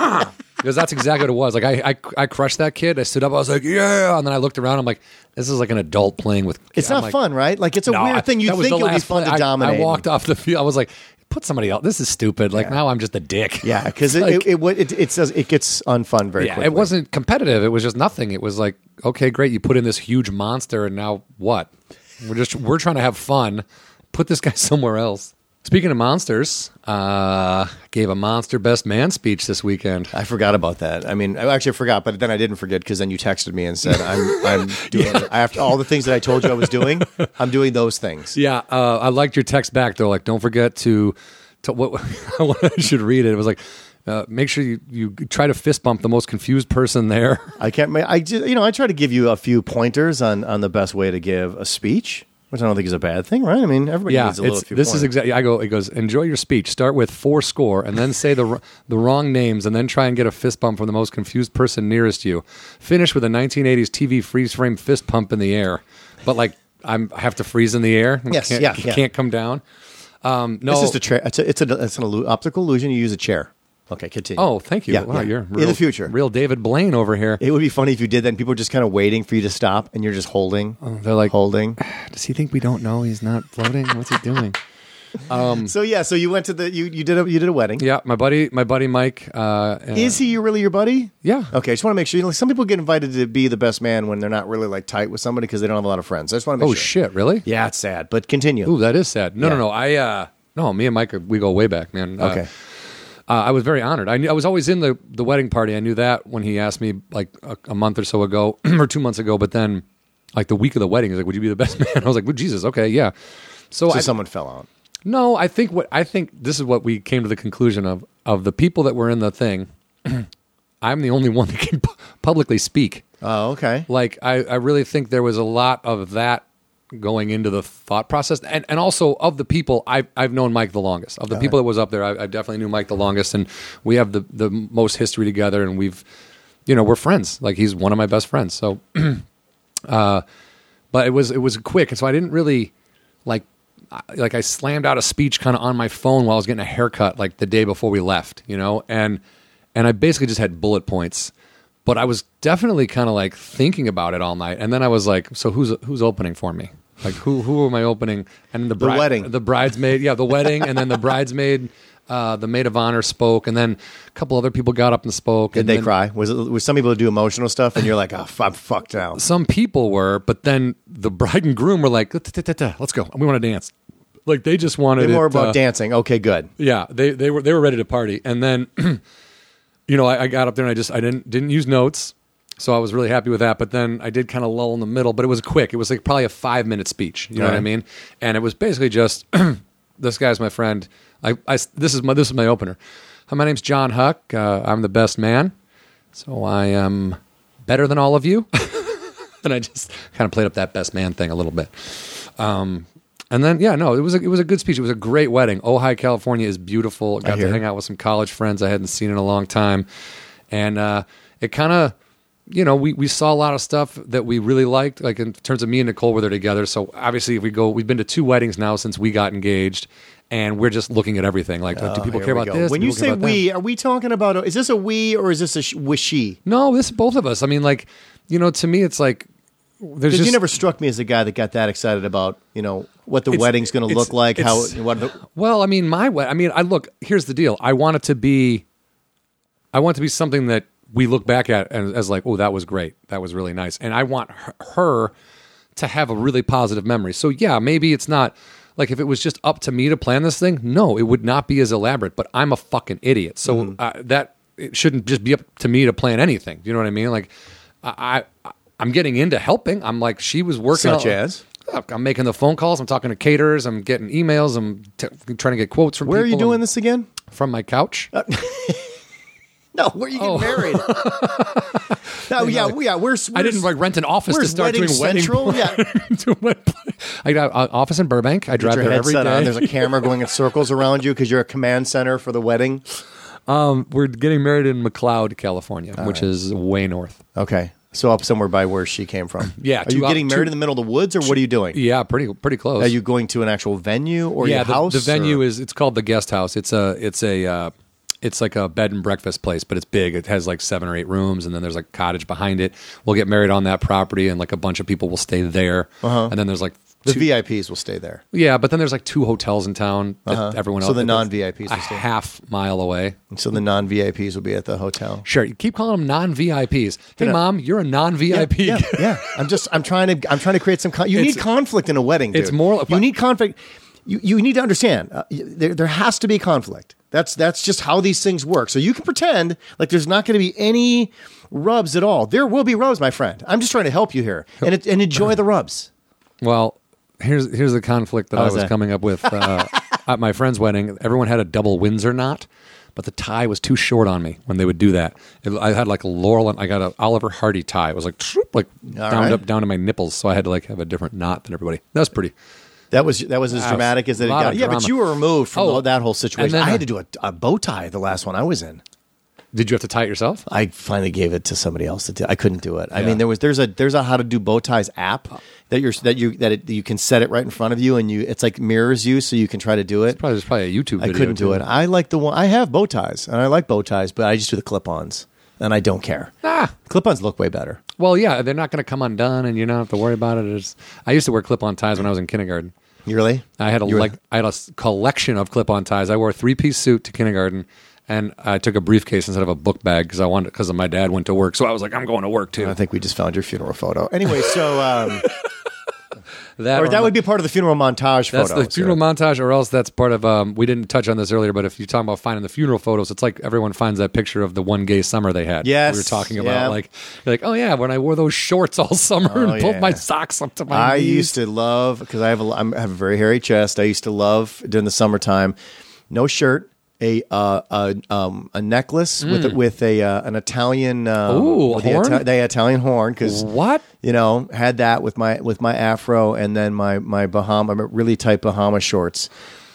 because that's exactly what it was. Like I, I, I crushed that kid. I stood up. I was like, yeah, and then I looked around. I'm like, this is like an adult playing with. It's I'm not like, fun, right? Like it's a "Nah, weird thing. You that was think the it'll be last fun play." to I- dominate. I, walked off the field. I was like, put somebody else. This is stupid. Like now I'm just a dick. Yeah, because Like, it, it, it, it, it says it gets unfun very yeah, quickly. it wasn't competitive. It was just nothing. It was like, okay, great, you put in this huge monster, and now what? We're just we're trying to have fun. Put this guy somewhere else. Speaking of monsters, uh, gave a monster best man speech this weekend. I forgot about that. I mean, I actually forgot, but then I didn't forget because then you texted me and said, "I'm, I'm doing I have to, all the things that I told you I was doing. I'm doing those things." Yeah, uh, I liked your text back though. Like, don't forget to, to what I should read it. It was like, uh, make sure you, you try to fist bump the most confused person there. I can't. ma- I just, you know, I try to give you a few pointers on on the best way to give a speech, which I don't think is a bad thing, right? I mean, everybody yeah, needs a little. it's- few this is pointers. exactly. I go. It goes. Enjoy your speech. Start with four score, and then say the wr- the wrong names, and then try and get a fist bump from the most confused person nearest you. Finish with a 1980s TV freeze frame fist pump in the air, but like I'm I have to freeze in the air. and Yes, can't, yeah, yeah. can't come down. Um, no, It's just a chair. It's a, it's, a, it's an illu- optical illusion. You use a chair. Okay, continue. oh, thank you. Yeah, wow, yeah. you're in real- the future. real David Blaine over here. It would be funny if you did that. and People are just kind of waiting for you to stop, and you're just holding. Oh, they're like- holding. Does he think we don't know he's not floating? What's he doing? so yeah, so you went to the you you did a you did a wedding. Yeah, my buddy, my buddy Mike. Uh, and- Is he really your buddy? Yeah. Okay, I just want to make sure. You know, like, some people get invited to be the best man when they're not really like tight with somebody because they don't have a lot of friends. I just want to make Oh sure. shit! Really? Yeah, it's sad, but continue. Ooh, that is sad. No, Yeah. no, no. I uh, no. Me and Mike, are- we go way back, man. Uh, okay. Uh, I was very honored. I knew I was always in the the wedding party. I knew that when he asked me like a, a month or so ago or two months ago. But then, like the week of the wedding, he's like, "Would you be the best man?" I was like, well, "Jesus, okay, yeah." So, so I, someone fell out. no, I think what I think this is what we came to the conclusion of of the people that were in the thing. I'm the only one that can pu- publicly speak. Oh, okay. like I, I really think there was a lot of that going into the thought process and, and also of the people I've, I've known mike the longest of the people that was up there I, I definitely knew mike the longest and we have the, the most history together and we've you know we're friends like he's one of my best friends so uh, but it was it was quick and so i didn't really like I- like i slammed out a speech kind of on my phone while i was getting a haircut like the day before we left you know and and i basically just had bullet points but I was definitely kind of like thinking about it all night, and then I was like, "So who's who's opening for me? Like who who am I opening?" And the, bride- wedding. the bridesmaid, yeah, the wedding, and then the bridesmaid, uh, the maid of honor spoke, and then a couple other people got up and spoke. Did and they then cry? Was it, was some people do emotional stuff, and you're like, oh, f- I'm fucked now. Some people were, but then the bride and groom were like, "Ta-ta-ta-ta, "Let's go, we want to dance." Like they just wanted More it, about uh, dancing. Okay, good. Yeah, they they were they were ready to party, and then, you know, I, I got up there and I just I didn't didn't use notes, so I was really happy with that. But then I did kind of lull in the middle, but it was quick. It was like probably a five minute speech. You know what I Right. mean? And it was basically just this guy's my friend. I, I this is my this is my opener. Hi, my name's John Huck. Uh, I'm the best man, so I am better than all of you. and I just kind of played up that best man thing a little bit. Um, and then yeah, no, it was a, it was a good speech. It was a great wedding. Ojai, California is beautiful. Got to hear. hang out with some college friends I hadn't seen in a long time, and uh, it kind of you know, we, we saw a lot of stuff that we really liked, like in terms of me and Nicole were there together. So obviously, if we go, we've been to two weddings now since we got engaged, and we're just looking at everything. Like, do Oh, people uh, Here care we about go. this? When Do you people care say about that? we, are we talking about? a- Is this a we or is this a sh- was she? no, this is both of us. I mean, like, you know, to me, it's like there's Because just you never struck me as a guy that got that excited about you know what the It's- wedding's going to it's- look like. How it's- what the, Well, I mean, my way. I mean, I look. Here's the deal. I want it to be. I want it to be something that we look back at and as like, oh, that was great. That was really nice. And I want her- her to have a really positive memory. So yeah, maybe it's not like if it was just up to me to plan this thing. No, it would not be as elaborate. But I'm a fucking idiot. So Mm-hmm. uh, that it shouldn't just be up to me to plan anything. You know what I mean? Like, I. I I'm getting into helping. I'm like she was working. Such on- as? I'm making the phone calls. I'm talking to caterers. I'm getting emails. I'm t- trying to get quotes from. where are you people doing and- this Uh, again? from my couch? No, where are you Oh. getting married? no, yeah, we- yeah, we're. I didn't like rent an office to Where's start Wedding doing wedding. Central? to wed- I got an office in Burbank. I drive Your there every day. headset on. There's a camera going in circles around you because you're a command center for the wedding. We're getting married in McLeod, California, which is way north. Okay, so up somewhere by where she came from. Yeah, Are you two out- getting married in two- the middle of the woods, or what are you doing? Yeah, pretty pretty close. Are you going to an actual venue or yeah, your the, house? the venue or- is it's called the guest house. It's a it's a uh, it's like a bed and breakfast place, but it's big. It has like seven or eight rooms, and then there's like cottage behind it. We'll get married on that property, and like a bunch of people will stay there. Uh-huh. And then there's like the two, VIPs will stay there. yeah, but then there's like two hotels in town. That Everyone Uh-huh. So else the that's non-VIPs a will stay. half mile away. So the non VIPs will be at the hotel. Sure, you keep calling them non-VIPs. Hey, Yeah. mom, you're a non-VIP. Yeah, yeah. I'm just I'm trying to I'm trying to create some. Con- you need It's- conflict in a wedding. Dude. it's more like- you need conflict. You you need to understand. Uh, y- there there has to be conflict. That's that's just how these things work. So you can pretend like there's not going to be any rubs at all. There will be rubs, my friend. I'm just trying to help you here and it, and enjoy the rubs. Well, here's here's the conflict that I How's was that? coming up with uh, at my friend's wedding. Everyone had a double Windsor knot, but the tie was too short on me when they would do that. It, I had like a Laurel and I got a Oliver Hardy tie. It was like troop, like All down right. up down to my nipples, so I had to like have a different knot than everybody. That was pretty. That was that was as dramatic as it lot got. of Yeah, but drama. you were removed from Oh, the- that whole and situation. then I I- had to do a, a bow tie the last one I was in. Did you have to tie it yourself? I finally gave it to somebody else to do. I couldn't do it. I Yeah. mean, there was there's a there's a how to do bow ties app that you're that you that it, you can set it right in front of you and you it's like mirrors you so you can try to do it. Probably there's probably a YouTube. I video couldn't do too. it. I like the one I have bow ties and I like bow ties, but I just do the clip-ons and I don't care. Ah, Clip-ons look way better. well, yeah, they're not going to come undone, and you don't have to worry about it. It's, I used to wear clip-on ties when I was in kindergarten. You really? I had a You were- like I had a s- collection of clip-on ties. I wore a three-piece suit to kindergarten, and I took a briefcase instead of a book bag because I wanted because my dad went to work. So I was like, I'm going to work too. I think we just found your funeral photo. Anyway, so um, That, or that would be part of the funeral montage photo. that's the funeral montage, or else that's part of. Um, we didn't touch on this earlier, but if you're talking about finding the funeral photos, it's like everyone finds that picture of the one gay summer they had. Yes, we were talking about yeah. like you're like oh yeah, when I wore those shorts all summer and Oh, pulled my yeah. socks up to my. I knees. used to love because I have a, I'm, I have a very hairy chest. I used to love during the summertime, no shirt, a uh, a um, a necklace with a, with a uh, an Italian um, Mm. Ooh, with the horn? Ita- the Italian horn because what? you know had that with my with my afro and then my my Bahama really tight Bahama shorts.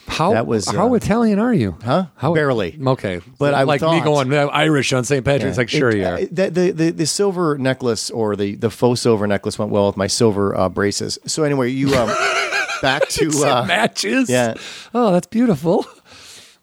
How That was, how uh, Italian are you? Huh? How Barely. Okay, But I like me thought- going "Man, I'm Irish on St. Patrick's. Like sure It- you are. uh, The, the, the, the silver necklace or the, the faux silver necklace went well with my silver uh, braces. So anyway, you um, back to uh, matches. yeah. Oh, that's beautiful.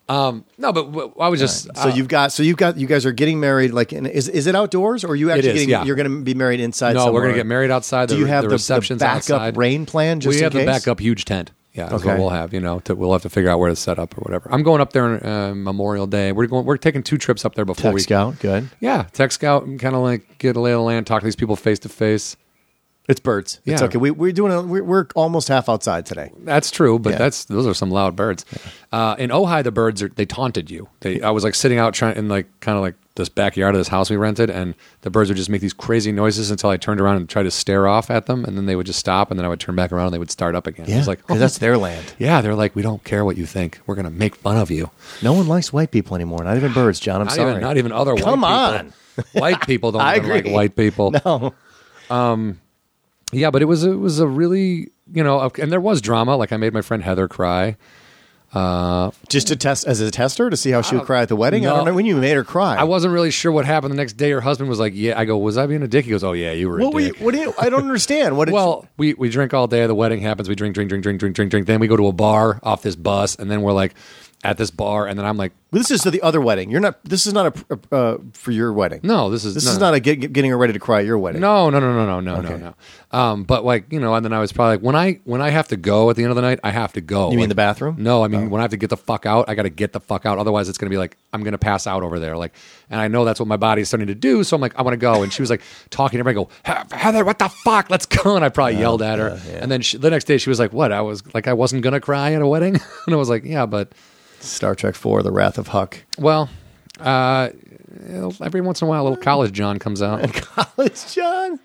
Um, no, but w- I was just So uh, you've got so you've got you guys are getting married like in, is is it outdoors or are you actually is, getting yeah. you're going to be married inside? no, we're somewhere? gonna get married outside. Do the, you have the the- the receptions backup outside. rain plan just we in have the case? backup huge tent. Yeah, that's what Okay. we'll have. You know, to, we'll have to figure out where to set up or whatever. I'm going up there on uh, Memorial Day. We're going. We're taking two trips up there before Tech we Scout. Good. Yeah, tech scout and kind of like get a lay of the land, talk to these people face to face. It's birds. It's Yeah. okay. We, we're doing. A, we're, we're almost half outside today. That's true, but Yeah. that's those are some loud birds. Uh, in Ojai, the birds are they taunted you. They I was like sitting out trying in like kind of like this backyard of this house we rented, and the birds would just make these crazy noises until I turned around and tried to stare off at them, and then they would just stop, and then I would turn back around and they would start up again. It was like, 'Cause oh, that's their land. yeah, they're like, we don't care what you think. We're gonna make fun of you. No one likes white people anymore. Not even birds, John. I'm Not sorry. even not even other Come white people. White people don't I even like agree. white people. Um, No. Yeah, but it was it was a really you know, and there was drama. Like I made my friend Heather cry. Just to test as a tester to see how she would cry at the wedding. I Uh, no. don't know when you made her cry. I wasn't really sure what happened the next day. Her husband was like, "Yeah." I go, "Was I being a dick?" He goes, "Oh yeah, you were." what a were you, dick. what do you, I don't understand. What did well, we we drink all day. The wedding happens. We drink, drink, drink, drink, drink, drink, drink. Then we go to a bar off this bus, and then we're like at this bar, and then I'm like, you- this is to the other wedding. You're not. This is not a, a uh, for your wedding. "No, this is this no, is no, not a get, getting her ready to cry at your wedding. No, no, no, no, no, no, Okay. no, no. Um, but like you know, and then I was probably like, when I when I have to go at the end of the night, I have to go. You mean Like, the bathroom? No, I mean when I have to get the fuck out, I got to get the fuck out. Otherwise, it's gonna be like I'm gonna pass out over there. Like, and I know that's what my body is starting to do. So I'm like, I want to go. And she was like talking to everybody. I go, "He- Heather, what the fuck? Let's go. And I probably yelled at her. And then she, the next day, she was like, What? I was like, I wasn't gonna cry at a wedding. and I was like, Yeah, but Star Trek Four: The Wrath of Huck. well, uh, every once in a while, a little college John comes out. College John.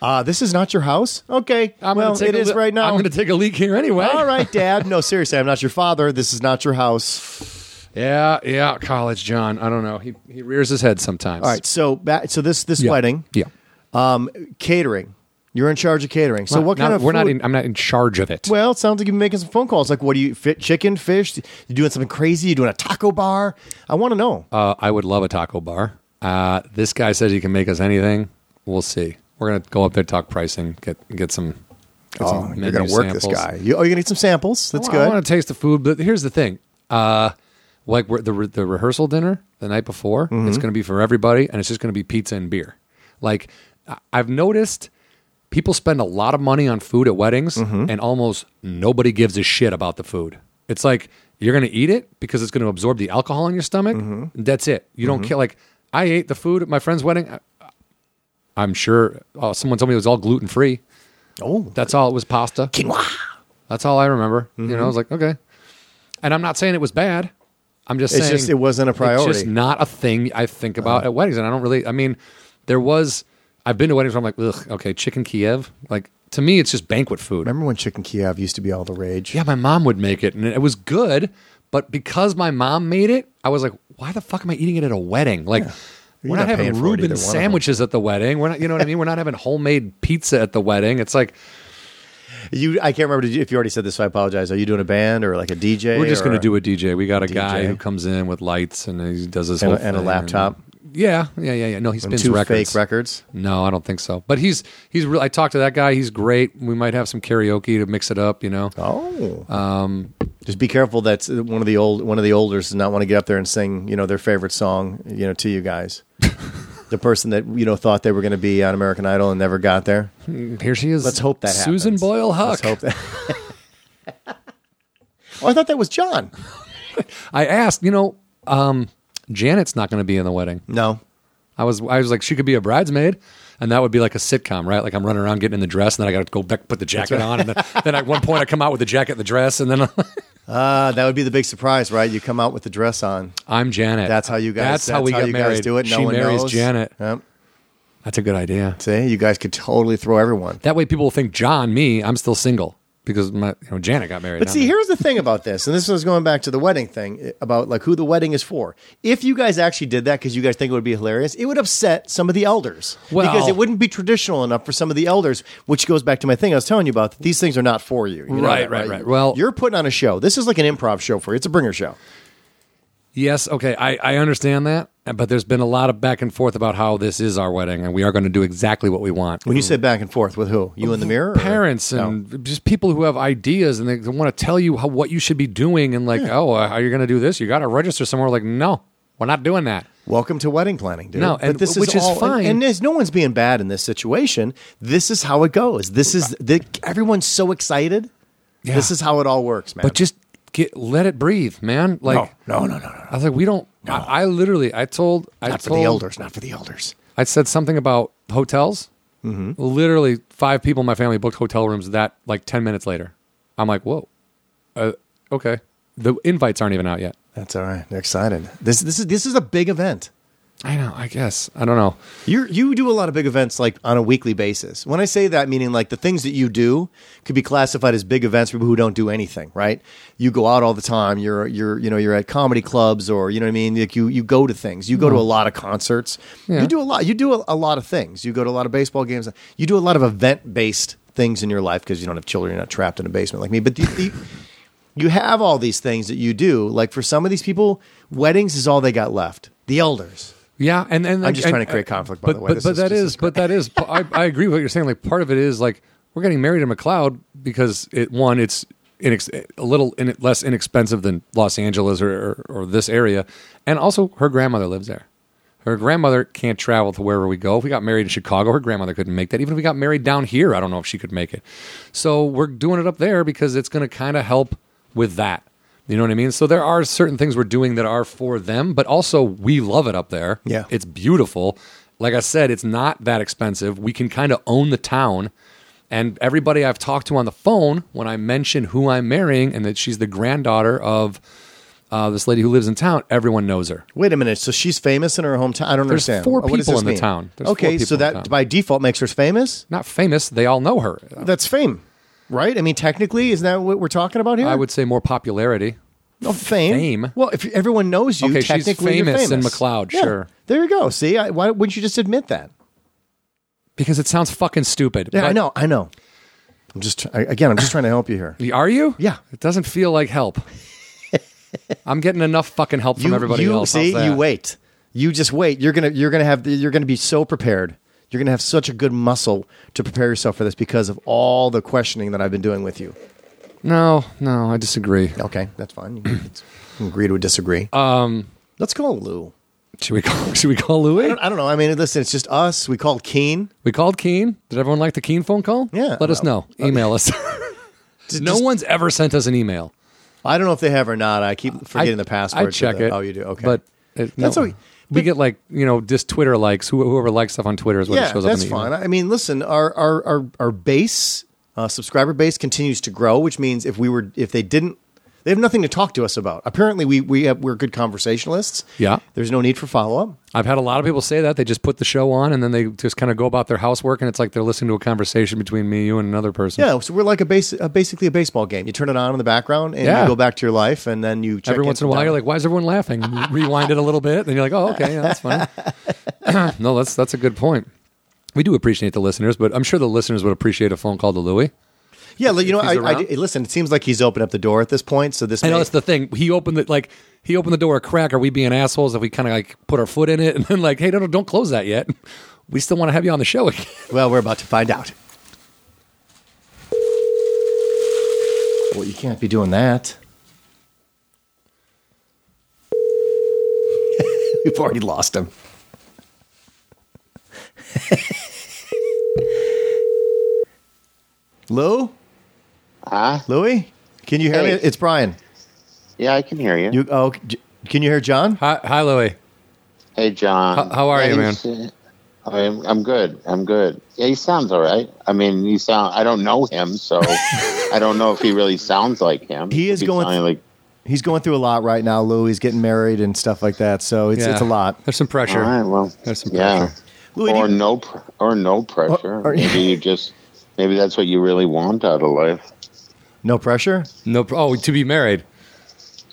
Uh, this is not your house. Okay. I'm gonna well, take it a is li- right now. I'm gonna take a leak here anyway. All right, Dad. No, seriously, I'm not your father. This is not your house. Yeah, yeah, college John. I don't know. He he rears his head sometimes. All right. So, back, so this this Yeah. wedding, Yeah. catering. You're in charge of catering. So, what Not- kind of We're not food- in. I'm not in charge of it. Well, it sounds like you've been making some phone calls. Like, what do you fit? Chicken, fish? You doing something crazy? You doing a taco bar? I want to know. Uh, I would love a taco bar. Uh, this guy says he can make us anything. We'll see. We're gonna go up there, talk pricing, get get some. Get oh, some you're gonna menu work this samples. guy. You, oh, you're gonna need some samples. That's I good. want to taste the food, but here's the thing. Uh, like we're, the re- the rehearsal dinner the night before, it's going to be for everybody, and it's just going to be pizza and beer. Like I- I've noticed, people spend a lot of money on food at weddings, and almost nobody gives a shit about the food. It's like you're going to eat it because it's going to absorb the alcohol in your stomach. And that's it. You don't care. Like I ate the food at my friend's wedding. I, I'm sure uh, someone told me it was all gluten free. oh, That's all. It was pasta. quinoa. That's all I remember. You know, Mm-hmm. I was like, okay. And I'm not saying it was bad. I'm just It's saying just- it wasn't a It's priority. Uh-huh. just not a thing I think about at weddings, and I don't really. I mean, there was. I've been to weddings where I'm like, ugh, okay, chicken Kiev. Like to me, it's just banquet food. Remember when chicken Kiev used to be all the rage? Yeah, my mom would make it, and it was good. But because my mom made it, I was like, why the fuck am I eating it at a wedding? Like. We're You're not, not paying having for it, either one Reuben of them. sandwiches at the wedding. We're not, you know what I mean? We're not having homemade pizza at the wedding. It's like You, I can't remember did you, if you already said this, so I apologize. Are you doing a band or like a DJ? We're just or- going to do a DJ. We got a guy DJ. who comes in with lights and he does his And a- whole and a thing. laptop? yeah, yeah, yeah, yeah. No, he spins two records. fake records. no, I don't think so. But he's he's real. I talked to that guy. He's great. We might have some karaoke to mix it up. You know. Oh, um, just be careful that one of the old one of the olders does not want to get up there and sing, you know, their favorite song, you know, to you guys. the person that you know thought they were going to be on American Idol and never got there. Here she is. Let's hope that Susan happens. Boyle Let's Huck. hope that. oh, I thought that was John. I asked. You know, um, Janet's not going to be in the wedding. No, I was I was like, she could be a bridesmaid. And that would be like a sitcom, right? Like I'm running around getting in the dress, and then I got to go back put the jacket on, and then, then at one point I come out with the jacket, and the dress, and then uh, that would be the big surprise, right? You come out with the dress on. I'm Janet. That's how you guys. That's, how we got you married. guys do it. No she one marries knows. Janet. Yep. That's a good idea. See, you guys could totally throw everyone. That way, people will think John, me, I'm still single because my you know Janet got married. But not see, me. here's the thing about this, and this is going back to the wedding thing eh, about like who the wedding is for. If you guys actually did that because you guys think it would be hilarious, it would upset some of the elders Well- because it wouldn't be traditional enough for some of the elders. Which goes back to my thing I was telling you about. that These things are not for you. You know Right, that, right, right. Well- you're putting on a show. This is like an improv show for you. It's a bringer show. yes, okay, I, I understand that, but there's been a lot of back and forth about how this is our wedding and we are going to do exactly what we want. When you say back and forth with who? You in the mirror? or- Parents and just people who have ideas and they, want to tell you how, what you should be doing and like, oh, uh, are you going to do this? You got to register somewhere. Like, no, we're not doing that. Welcome to wedding planning, dude. No, and but this which is is, all, fine. And, and there's no one's being bad in this situation. This is how it goes. This is the, everyone's so excited. Yeah. This is how it all works, man. Oh, But just get let it breathe, man. Like, no, no, no, no, no. I was like, we don't. I, I literally, I told, I Not for told the elders. Not for the elders. I said something about hotels. Mm-hmm. Literally, five people in my family booked hotel rooms that like 10 minutes later. I'm like, whoa, uh, okay. The invites aren't even out yet. That's all right. They're excited. This, this is this is a big event. I know, I guess. I don't know. You you do a lot of big events like on a weekly basis. When I say that, meaning like the things that you do could be classified as big events for people who don't do anything, right? You go out all the time. You're you're you know you're at comedy clubs or you know what I mean. Like you you go to things. You go to a lot of concerts. Yeah. You do a lot. You do a, a lot of things. You go to a lot of baseball games. You do a lot of event based things in your life because you don't have children. You're not trapped in a basement like me. But the, the you have all these things that you do. Like for some of these people, weddings is all they got left. The elders. Yeah, and and I'm just and- uh, trying to create conflict, by but, the way. But, This but is that just- is, but that is. I, I agree with what you're saying. Like part of it is like we're getting married in McLeod because it one, it's inex- a little in, less inexpensive than Los Angeles or, or or this area, and also her grandmother lives there. Her grandmother can't travel to wherever we go. If we got married in Chicago, her grandmother couldn't make that. Even if we got married down here, I don't know if she could make it. So we're doing it up there because it's going to kind of help with that. You know what I mean? So there are certain things we're doing that are for them, but also we love it up there. Yeah. It's beautiful. Like I said, it's not that expensive. We can kind of own the town. And everybody I've talked to on the phone, when I mention who I'm marrying and that she's the granddaughter of uh, this lady who lives in town, everyone knows her. Wait a minute. So she's famous in her hometown. I don't There's understand. four What does people this in the mean? town. There's four okay, people so in the that town. by default makes her famous. Not famous, they all know her. That's fame, right? I mean, technically, isn't that what we're talking about here? I would say more popularity. no, fame. fame. Well, if everyone knows you, Okay, she's technically you're famous in famous. McLeod, Yeah. sure. There you go. See, I, why wouldn't you just admit that? Because it sounds fucking stupid. Yeah, I but- know. I know. I'm just tr- I- again. I'm just trying to help you here. Are you? Yeah. It doesn't feel like help. I'm getting enough fucking help from you, everybody you else. see, How's you that? wait. You just wait. You're gonna you're gonna have the- you're gonna be so prepared. You're gonna have such a good muscle to prepare yourself for this because of all the questioning that I've been doing with you. No, no, I disagree. Okay, that's fine. You can, it's- you can agree to disagree. Um, let's call Lou. Should we call? Should we call Louis? I don't know. I mean, listen, it's just us. We called Keen. We called Keen. Did everyone like the Keen phone call? Yeah. Let us know. Email us. Just- no just- one's ever sent us an email. I don't know if they have or not. I keep forgetting I, the password. I to check the- it. Oh, you do. Okay, But it, That's no. okay. we get like you know just Twitter likes. Who- Whoever likes stuff on Twitter is what it yeah, shows up. in that's the email. fine. I mean, listen, our our our, our base uh, subscriber base continues to grow, which means if we were if they didn't, they have nothing to talk to us about. Apparently, we we have, we're good conversationalists. Yeah. Hmm. there's no need for follow up. I've had a lot of people say that they just put the show on and then they just kind of go about their housework and it's like they're listening to a conversation between me, you, and another person. Yeah, so we're like a base, uh, basically a baseball game. You turn it on in the background and Yeah. you go back to your life, and then you check Every once in a while, you're like, "Why is everyone laughing?" And you rewind it a little bit, and you're like, "Oh, okay, yeah, that's funny." no, that's that's a good point. We do appreciate the listeners, but I'm sure the listeners would appreciate a phone call to Louis. yeah, you know, if he's I, I around. d- listen. It seems like he's opened up the door at this point, so this I know may- that's the thing. He opened it like he opened the door a crack. Are we being assholes if we kind of like put our foot in it and then like, hey, no, no, don't close that yet. We still want to have you on the show again. Well, we're about to find out. Well, you can't be doing that. We've already lost him. Lou? Ah, Louie? Can you hear Hey. me? It's Brian. yeah, I can hear you. You oh, j- can you hear John? Hi, hi Louis. hey, John. H- how are you, man? man? I'm, I'm good. I'm good. Yeah, he sounds all right. I mean, he sound. I don't know him, so I don't know if he really sounds like him. He is If he's going- sounding like. He's going through a lot right now. Lou, he's getting married and stuff like that. So it's Yeah. it's a lot. There's some pressure. All right. Well, There's some yeah. Louis, do or you- no, pr- or no pressure. or- maybe you just. Maybe that's what you really want out of life. no pressure. No, pr- oh, to be married.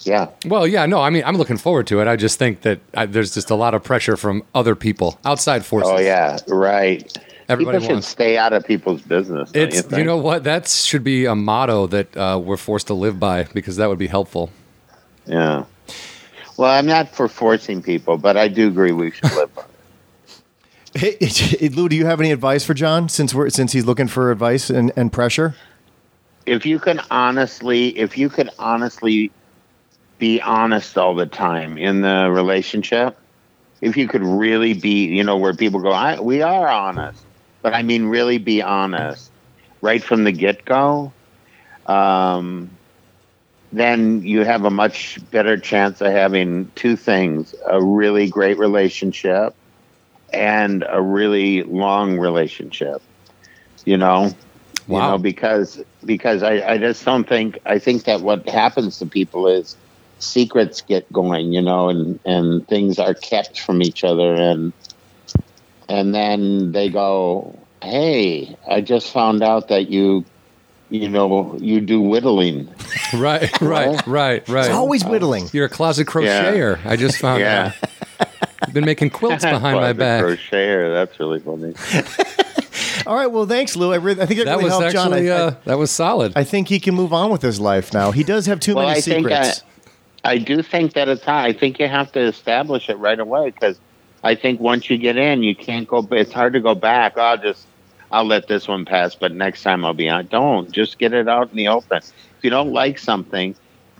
Yeah. Well, yeah, no, I mean, I'm looking forward to it. I just think that I, there's just a lot of pressure from other people, outside forces. Oh yeah. Right. Everybody People should wants- stay out of people's business. don't It's you think? know what that should be a motto that uh, we're forced to live by because that would be helpful. Yeah. Well, I'm not for forcing people, but I do agree we should live. by it. Hey, hey, Lou, do you have any advice for John since we're since he's looking for advice and, and pressure? if you can honestly if you could honestly be honest all the time in the relationship if you could really be you know where people go I, we are honest but i mean really be honest right from the get-go um, then you have a much better chance of having two things a really great relationship and a really long relationship you know you Wow. know because because I, I just don't think i think that what happens to people is secrets get going you know and and things are kept from each other and and then they go hey i just found out that you you know you do whittling Right, right, right, right. It's always whittling. You're a closet crocheter. I just found Yeah. out. I've been making quilts behind my Closet back. crocheter that's really funny All right. Well, thanks, Lou. I, re- I think that, That really was helped John. actually I, uh, that was solid. I, I think he can move on with his life now. He does have too Well, many I think secrets. I do think that it's high. I think you have to establish it right away because I think once you get in, you can't go. It's hard to go back. I'll just, I'll let this one pass, but next time I'll be on. Don't just get it out in the open. If you don't like something,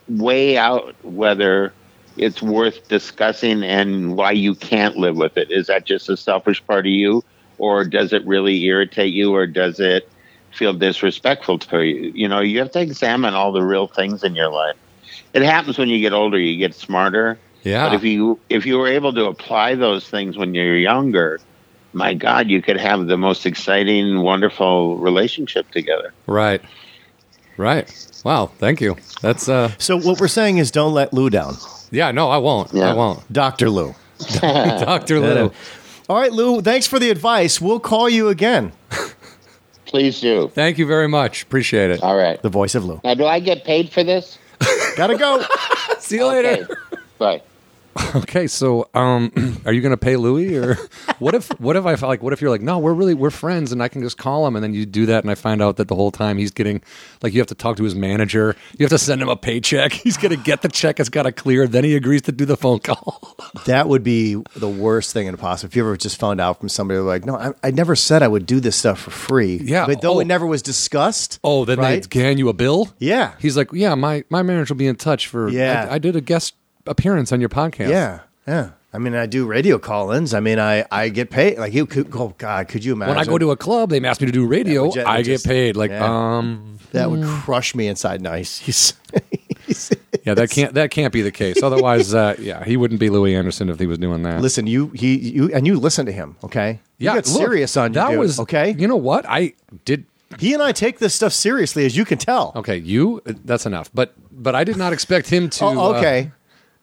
weigh out whether it's worth discussing and why you can't live with it. Is that just a selfish part of you, or does it really irritate you, or does it feel disrespectful to you? You know, you have to examine all the real things in your life. It happens when you get older; you get smarter. yeah. But if you if you were able to apply those things when you're younger, my God, you could have the most exciting, wonderful relationship together. Right. Right. Wow. Thank you. That's uh So what we're saying is, don't let Lou down, yeah, no, I won't. Yeah. I won't. Doctor Lou. Dr. Lou. All right, Lou. Thanks for the advice. We'll call you again. Please do. Thank you very much. Appreciate it. All right. The voice of Lou. Now, do I get paid for this? Gotta go. See you Okay. later. Bye. Okay, so um are you gonna pay Louis or what if what if I felt like what if you're like, no, we're really we're friends and I can just call him and then you do that and I find out that the whole time he's getting like you have to talk to his manager, you have to send him a paycheck, he's gonna get the check, it's gotta clear, then he agrees to do the phone call. that would be the worst thing in possible. If you ever just found out from somebody like, no, I, I never said I would do this stuff for free. Yeah. But though Oh. it never was discussed. Oh, then right? they can you a bill? Yeah. He's like, Yeah, my my manager will be in touch for Yeah. I, I did a guest appearance on your podcast. Yeah. Yeah. I mean, I do radio call-ins. I mean, I, I get paid. Like you could. Oh God, could you imagine? When I go to a club, they ask me to do radio. ju- I we get just- paid. Like, yeah. um, that would crush me inside. Nice. He's, he's- yeah, that can't that can't be the case. Otherwise, uh, yeah, he wouldn't be Louis Anderson if he was doing that. listen, you he you and you listen to him. Okay. You yeah, got look, serious on you, that dude, was okay. You know what? I did. He and I take this stuff seriously, as you can tell. Okay, you. That's enough. But but I did not expect him to. Oh, uh, okay. I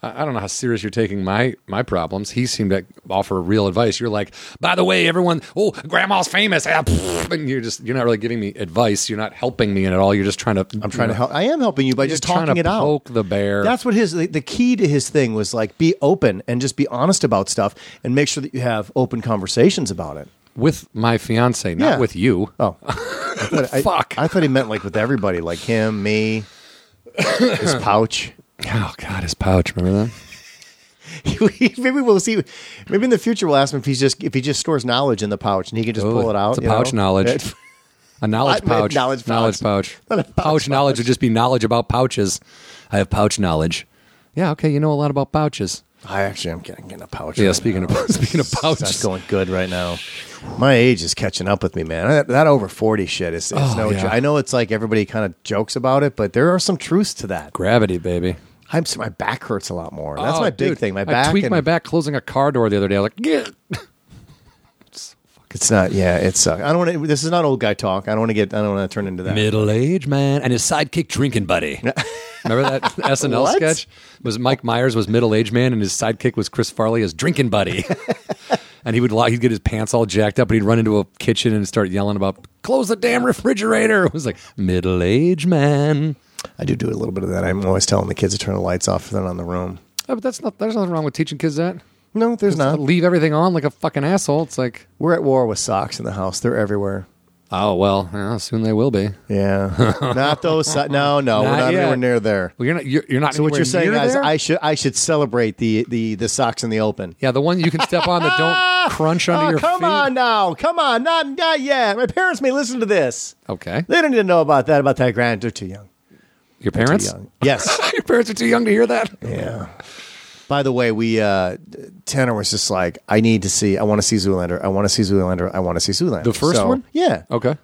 I don't know how serious you're taking my my problems. He seemed to offer real advice. You're like, by the way, everyone, oh, grandma's famous. Ah, pfft," and you're just you're not really giving me advice. You're not helping me at all. You're just trying to. I'm trying to help. I am helping you by just talking trying to it out. poke the bear. That's what his the, the key to his thing was like be open and just be honest about stuff and make sure that you have open conversations about it. with my fiance, not Yeah. with you. Oh, I thought- I- Fuck. I thought he meant like with everybody, like him, me, his pouch. Oh God, his pouch. Remember that? maybe we'll see. Maybe in the future we'll ask him if he's just if he just stores knowledge in the pouch and he can just pull it out. It's a you pouch know? knowledge. A knowledge I meant pouch. knowledge pouch. Not a Pouch, pouch knowledge would just be knowledge about pouches. I have pouch knowledge. Yeah, okay, you know a lot about pouches. I actually am getting in a pouch. Yeah, right speaking now. of speaking of That's pouches. going good right now. My age is catching up with me, man. That, that over 40 shit is, is Oh, no yeah. jo- I know it's like everybody kind of jokes about it, but there are some truths to that. Gravity, baby. I'm, so my back hurts a lot more. That's Oh, my big dude, thing. My I back. tweaked and- my back closing a car door the other day. I was like, "Yeah." It's not, yeah, it sucks. I don't want to, this is not old guy talk. I don't want to get, I don't want to turn into that. middle aged man and his sidekick drinking buddy. Remember that SNL What? sketch? It was Mike Myers was middle aged man and his sidekick was Chris Farley as drinking buddy. and he would lie, he'd get his pants all jacked up and he'd run into a kitchen and start yelling about close the damn refrigerator. It was like middle aged man. I do do a little bit of that. I'm always telling the kids to turn the lights off if they're not in the room. Oh, but that's not there's nothing wrong with teaching kids that. No, there's not. Leave everything on like a fucking asshole. It's like We're at war with socks in the house. They're everywhere. oh well, yeah, soon they will be. Yeah. not those. So- no, no, we're Not not yet. anywhere near there. Well, you're not you're, you're not. So what anywhere you're saying near is there? I should I should celebrate the the the socks in the open. yeah, the one you can step on that don't crunch under Oh, your come feet. on now. Come on. Not, not yet. My parents may listen to this. Okay, They don't need to know about that, about that grand. They're too young. your Too parents. young. Yes. Your parents are too young to hear that. yeah. By the way, we, uh, Tanner was just like, I need to see, I want to see Zoolander. I want to see Zoolander. I want to see Zoolander. The first So, one? Yeah. Okay.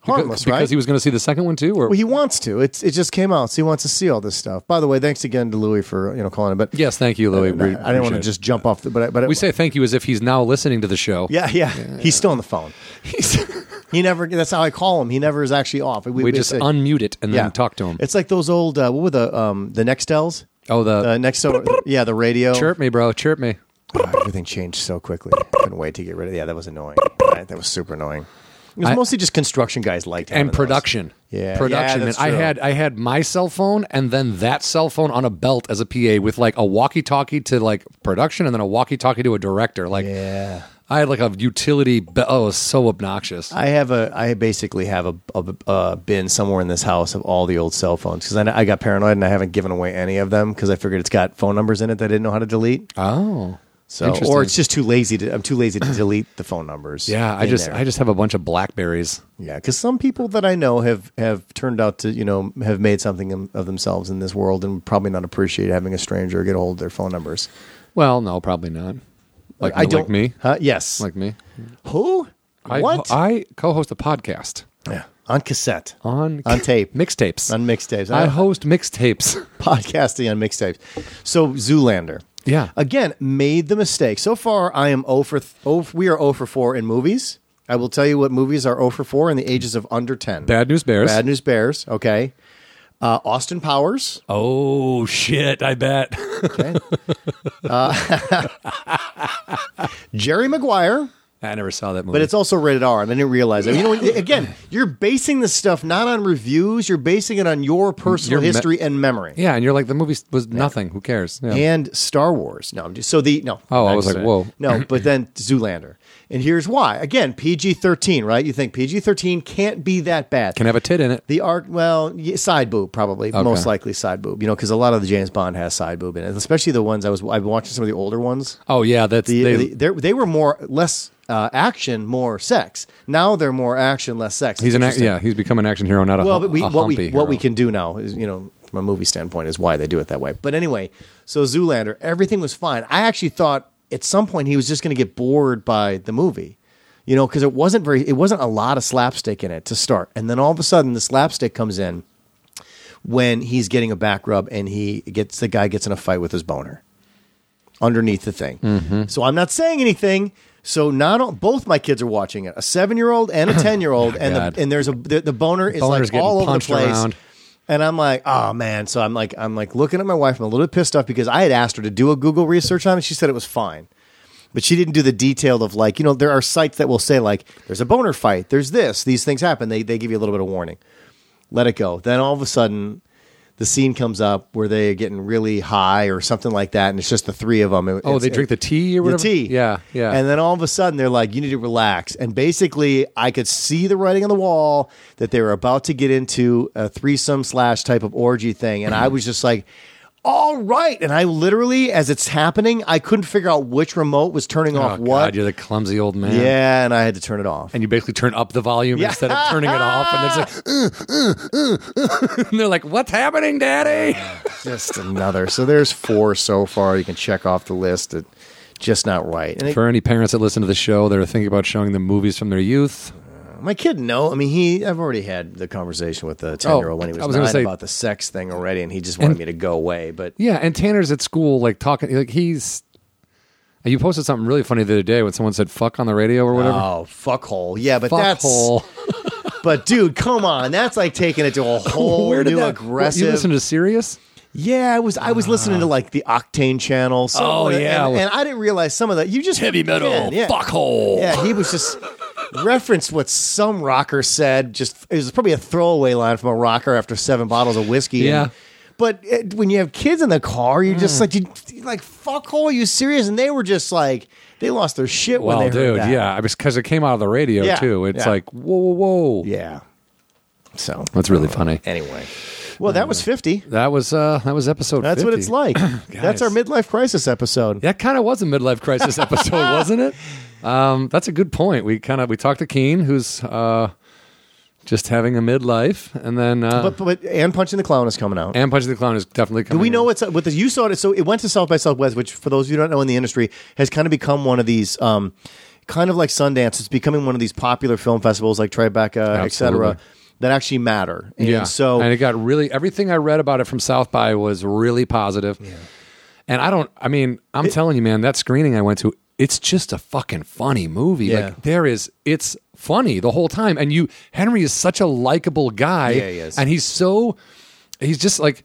Harmless, because, right? Because he was going to see the second one too, or well, he wants to. It's, it just came out, so he wants to see all this stuff. By the way, thanks again to Louis for, you know, calling him. But yes, thank you, I, Louis. Re- I didn't want appreciate to it. just jump off the, but, I, but We say thank you as if he's now listening to the show. yeah, yeah, He's still on the phone. He never. That's how I call him. He never is actually off. we just it's a- unmute it and then talk to him. It's like those old uh, what were the um the Nextels? oh, the Uh, Nextel, yeah, the radio. chirp me, bro, chirp me. Oh, everything changed so quickly. I couldn't wait to get rid of. Yeah, that was annoying. Right? That was super annoying. It was I- mostly just construction guys liked having And those. production, Yeah. production. Yeah, man. that's I true. had I had my cell phone and then that cell phone on a belt as a PA with like a walkie-talkie to like production and then a walkie-talkie to a director. Like Yeah, I had like a utility. Be- oh, it was so obnoxious. I have a, I basically have a, a, a bin somewhere in this house of all the old cell phones because I, I got paranoid and I haven't given away any of them because I figured it's got phone numbers in it that I didn't know how to delete. oh, So, Interesting. or it's just too lazy to, I'm too lazy to delete the phone numbers. yeah. I in just there. I just have a bunch of blackberries. Yeah, because some people that I know have have turned out to you know have made something of- of themselves in this world and probably not appreciate having a stranger get a hold of their phone numbers. Well, no, probably not. Like I don't like me, Huh? Yes. like me. who? I, what? I co-host a podcast Yeah. On cassette. on On tape. mixtapes. on mixtapes. I I host mixtapes. podcasting on mixtapes. So Zoolander. Yeah. Again, made the mistake. So far, I am 0 for th- 0, we are 0 for 4 in movies. I will tell you what movies are 0 for 4 in the ages of under 10. Bad News Bears. Bad News Bears, okay. Uh, Austin Powers. oh shit! I bet. Okay. Uh, Jerry Maguire, I never saw that movie. but it's also rated R, and I didn't realize it. You know, again, you're basing this stuff not on reviews; you're basing it on your personal Your me- history and memory. yeah, and you're like the movie was nothing. Who cares? Yeah. And Star Wars. No, I'm just so the no. Oh, I was Sorry. like, whoa. No, but then Zoolander, and here's why. Again, PG-13, right? You think PG-13 can't be that bad? Can have a tit in it. The art, well, y- side boob probably, most likely side boob. You know, because a lot of the James Bond has side boob in it, especially the ones I was. I've been watching some of the older ones. Oh yeah, that's The, they, the, they they were more less uh, action, more sex. Now they're more action, less sex. he's an ac- Interesting. yeah. He's become an action hero, not a Well, hu- but we, a what we humpy what we hero. can do now is you know from a movie standpoint is why they do it that way. But anyway, so Zoolander, everything was fine. I actually thought at some point he was just going to get bored by the movie, you know, because it wasn't very it wasn't a lot of slapstick in it to start, and then all of a sudden the slapstick comes in when he's getting a back rub and he gets the guy gets in a fight with his boner underneath the thing. Mm-hmm. So I'm not saying anything. So not all, both my kids are watching it, a seven year old and a ten year old, and God. the, and there's a the, the boner is Boner's like getting all over the punched place. around. And I'm like, oh man. So I'm like, I'm like looking at my wife. I'm a little bit pissed off because I had asked her to do a Google research on it. She said it was fine, but she didn't do the detail of like, you know, there are sites that will say like, there's a boner fight, there's this, these things happen. They they give you a little bit of warning. Let it go. Then all of a sudden, the scene comes up where they're getting really high or something like that, and it's just the three of them. It- Oh, it's- they drink the tea or the whatever. tea. Yeah, yeah. And then all of a sudden they're like, you need to relax. And basically, I could see the writing on the wall that they were about to get into a threesome slash type of orgy thing. And I was just like, all right. And I literally, as it's happening, I couldn't figure out which remote was turning oh off what. God, you're the clumsy old man. yeah. And I had to turn it off. and you basically turn up the volume instead of turning it off. And "Uh, they're just like, uh." and they're like, "What's happening, Daddy?" just another. So there's four so far. You can check off the list. It, just not right. And it- For any parents that listen to the show that are thinking about showing them movies from their youth, my kid, no. I mean, he. I've already had the conversation with the ten year old when he was, Oh, I was gonna nine say- about the sex thing already, and he just wanted And- me to go away. But yeah. And Tanner's at school, like talking, like he's. You posted something really funny the other day when someone said "fuck" on the radio or whatever. oh, fuckhole. Yeah, but fuck that's. hole. But dude, come on, that's like taking it to a whole new aggressive. You listen to Sirius? yeah, I was I was listening to like the Octane channel. So Oh, yeah. and, and I didn't realize some of that. You just Again, yeah. hole. Yeah, he was just referenced what some rocker said. Just it was probably a throwaway line from a rocker after seven bottles of whiskey. Yeah. Mm. And- but it, when you have kids in the car, you're just like, you, like fuck hole. Are you serious? And they were just like, they lost their shit Well, when they heard dude, that. yeah, because it came out of the radio Yeah, too. It's yeah. like whoa, whoa, whoa. yeah. So That's really funny. anyway, well, that was fifty. That was uh, that was episode. That's what 50. it's like. That's our midlife crisis episode. That kind of was a midlife crisis episode, wasn't it? Um, that's a good point. We kind of we talked to Keen, who's uh, just having a midlife, and then uh, But, but and punching the clown is coming out. and Punch the Clown is definitely coming. Do we know out. what's up with this? You saw it, so it went to South by Southwest, which for those of you who don't know in the industry has kind of become one of these, um, kind of like Sundance. It's becoming one of these popular film festivals like Tribeca, etc. Absolutely. That actually matter. And Yeah. So and it got really everything I read about it from South by was really positive. And I don't. I mean, I'm telling you, man, that screening I went to, it's just a fucking funny movie. Yeah. Like there is, it's funny the whole time. And you, Henry is such a likable guy. Yeah, he is. And he's so, he's just like,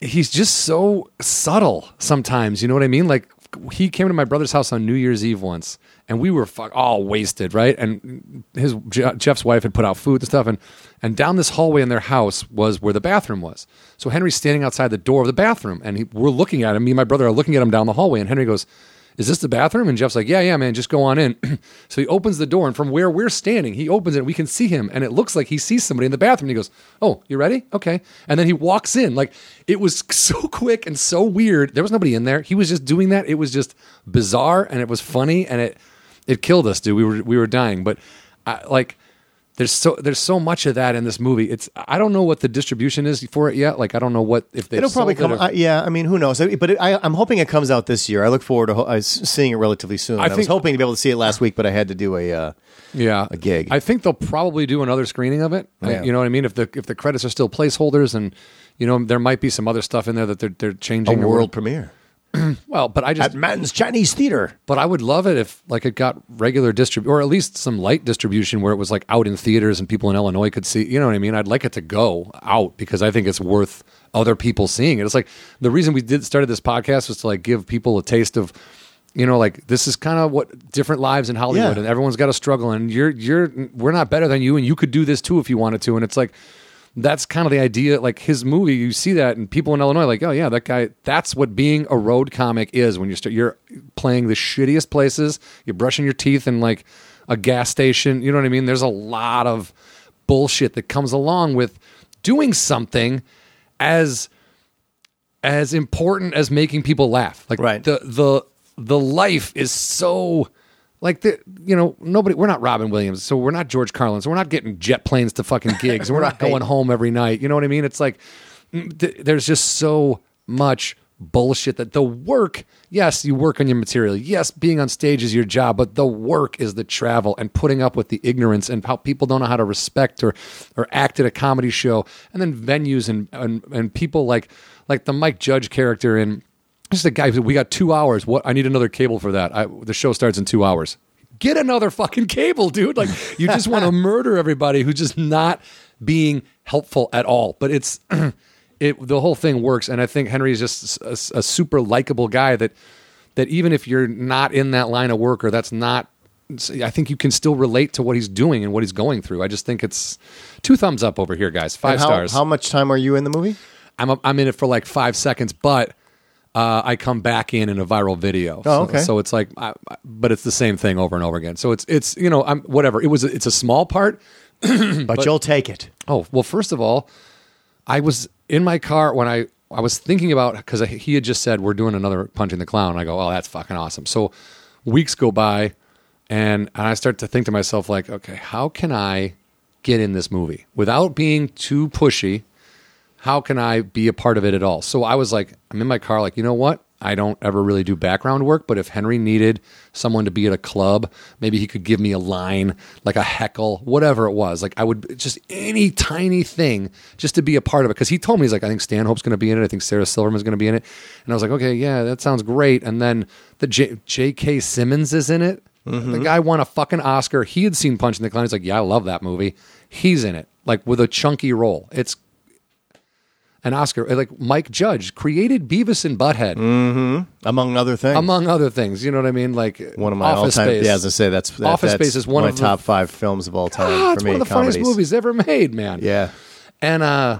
he's just so subtle sometimes. You know what I mean? Like he came to my brother's house on New Year's Eve once, and we were fuck all wasted, right? And his Je- Jeff's wife had put out food and stuff, and and down this hallway in their house was where the bathroom was. So Henry's standing outside the door of the bathroom, and he, we're looking at him. Me and my brother are looking at him down the hallway, and Henry goes. is this the bathroom? And Jeff's like, yeah, yeah, man, just go on in. so he opens the door, and from where we're standing, he opens it. We can see him, and it looks like he sees somebody in the bathroom. And he goes, oh, you ready? Okay. And then he walks in. Like it was so quick and so weird. There was nobody in there. He was just doing that. It was just bizarre, and it was funny, and it it killed us, dude. We were we were dying, but I, like. There's so there's so much of that in this movie. It's I don't know what the distribution is for it yet. Like I don't know what if they It'll probably come. I- yeah, I mean, who knows? I- But it, I, I'm hoping it comes out this year. I look forward to ho- I was seeing it relatively soon. I, was think- hoping to be able to see it last week, but I had to do a. Uh, yeah a gig. I think they'll probably do another screening of it. I- Yeah. you know what I mean? If the if the credits are still placeholders and you know there might be some other stuff in there that they're they're changing or- premiere Well, but I just at Man's Chinese Theater. but I would love it if like it got regular distrib or at least some light distribution where it was like out in theaters and people in Illinois could see. You know what I mean? I'd like it to go out because I think it's worth other people seeing it. It's like the reason we did started this podcast was to like give people a taste of you know like this is kind of what different lives in Hollywood Yeah. and everyone's got to struggle and you're you're we're not better than you and you could do this too if you wanted to and it's like that's kind of the idea. Like his movie, you see that, and people in Illinois, are like, oh yeah, that guy. That's what being a road comic is. When you start, you're playing the shittiest places. You're brushing your teeth in like a gas station. You know what I mean? There's a lot of bullshit that comes along with doing something as as important as making people laugh. Like Right. the the the life is so like the you know nobody we're not Robin Williams, so we're not George Carlin, so we're not getting jet planes to fucking gigs, and we're not Right. going home every night. You know what I mean? It's like mm, th- there's just so much bullshit that the work yes you work on your material yes being on stage is your job but the work is the travel and putting up with the ignorance and how people don't know how to respect or or act at a comedy show and then venues and and, and people like like the mike judge character in just a guy who said, we got two hours what i need another cable for that I, the show starts in two hours get another fucking cable dude like you just want to murder everybody who's just not being helpful at all but it's it the whole thing works and i think henry is just a, a super likable guy that that even if you're not in that line of work or that's not i think you can still relate to what he's doing and what he's going through i just think it's two thumbs up over here guys five And how, stars How much time are you in the movie? I'm I'm in it for like five seconds, but uh, I come back in in a viral video. so, okay. So it's like, I, I- but it's the same thing over and over again. So it's it's you know I'm whatever. It was it's a small part. Hmm. But, you'll take it. Oh well, first of all, I was in my car when I I was thinking about because he had just said we're doing another punching the clown. And I go, oh, that's fucking awesome. So weeks go by, and and I start to think to myself like, okay, how can I get in this movie without being too pushy? How can I be a part of it at all? So I was like, I'm in my car, like, you know what? I don't ever really do background work, but if Henry needed someone to be at a club, maybe he could give me a line, like a heckle, whatever it was. Like I would just any tiny thing just to be a part of it. Cause he told me, he's like, I think Stanhope's gonna be in it. I think Sarah Silverman's gonna be in it. And I was like, okay, yeah, that sounds great. And then the J- J.K. Simmons is in it. The guy won a fucking Oscar. He had seen Punch in the Clown. He's like, yeah, I love that movie. He's in it, like with a chunky role. It's an Oscar, uh, like Mike Judge created Beavis and Butthead, Mm. Among other things. among other things. You know what I mean? Like one of my all Office time. Space. Yeah, as I say, that's that, Office that's Space is one my of the- top five films of all time Ah, for it's me. one of the funniest comedies. movies ever made, man. Yeah. and uh,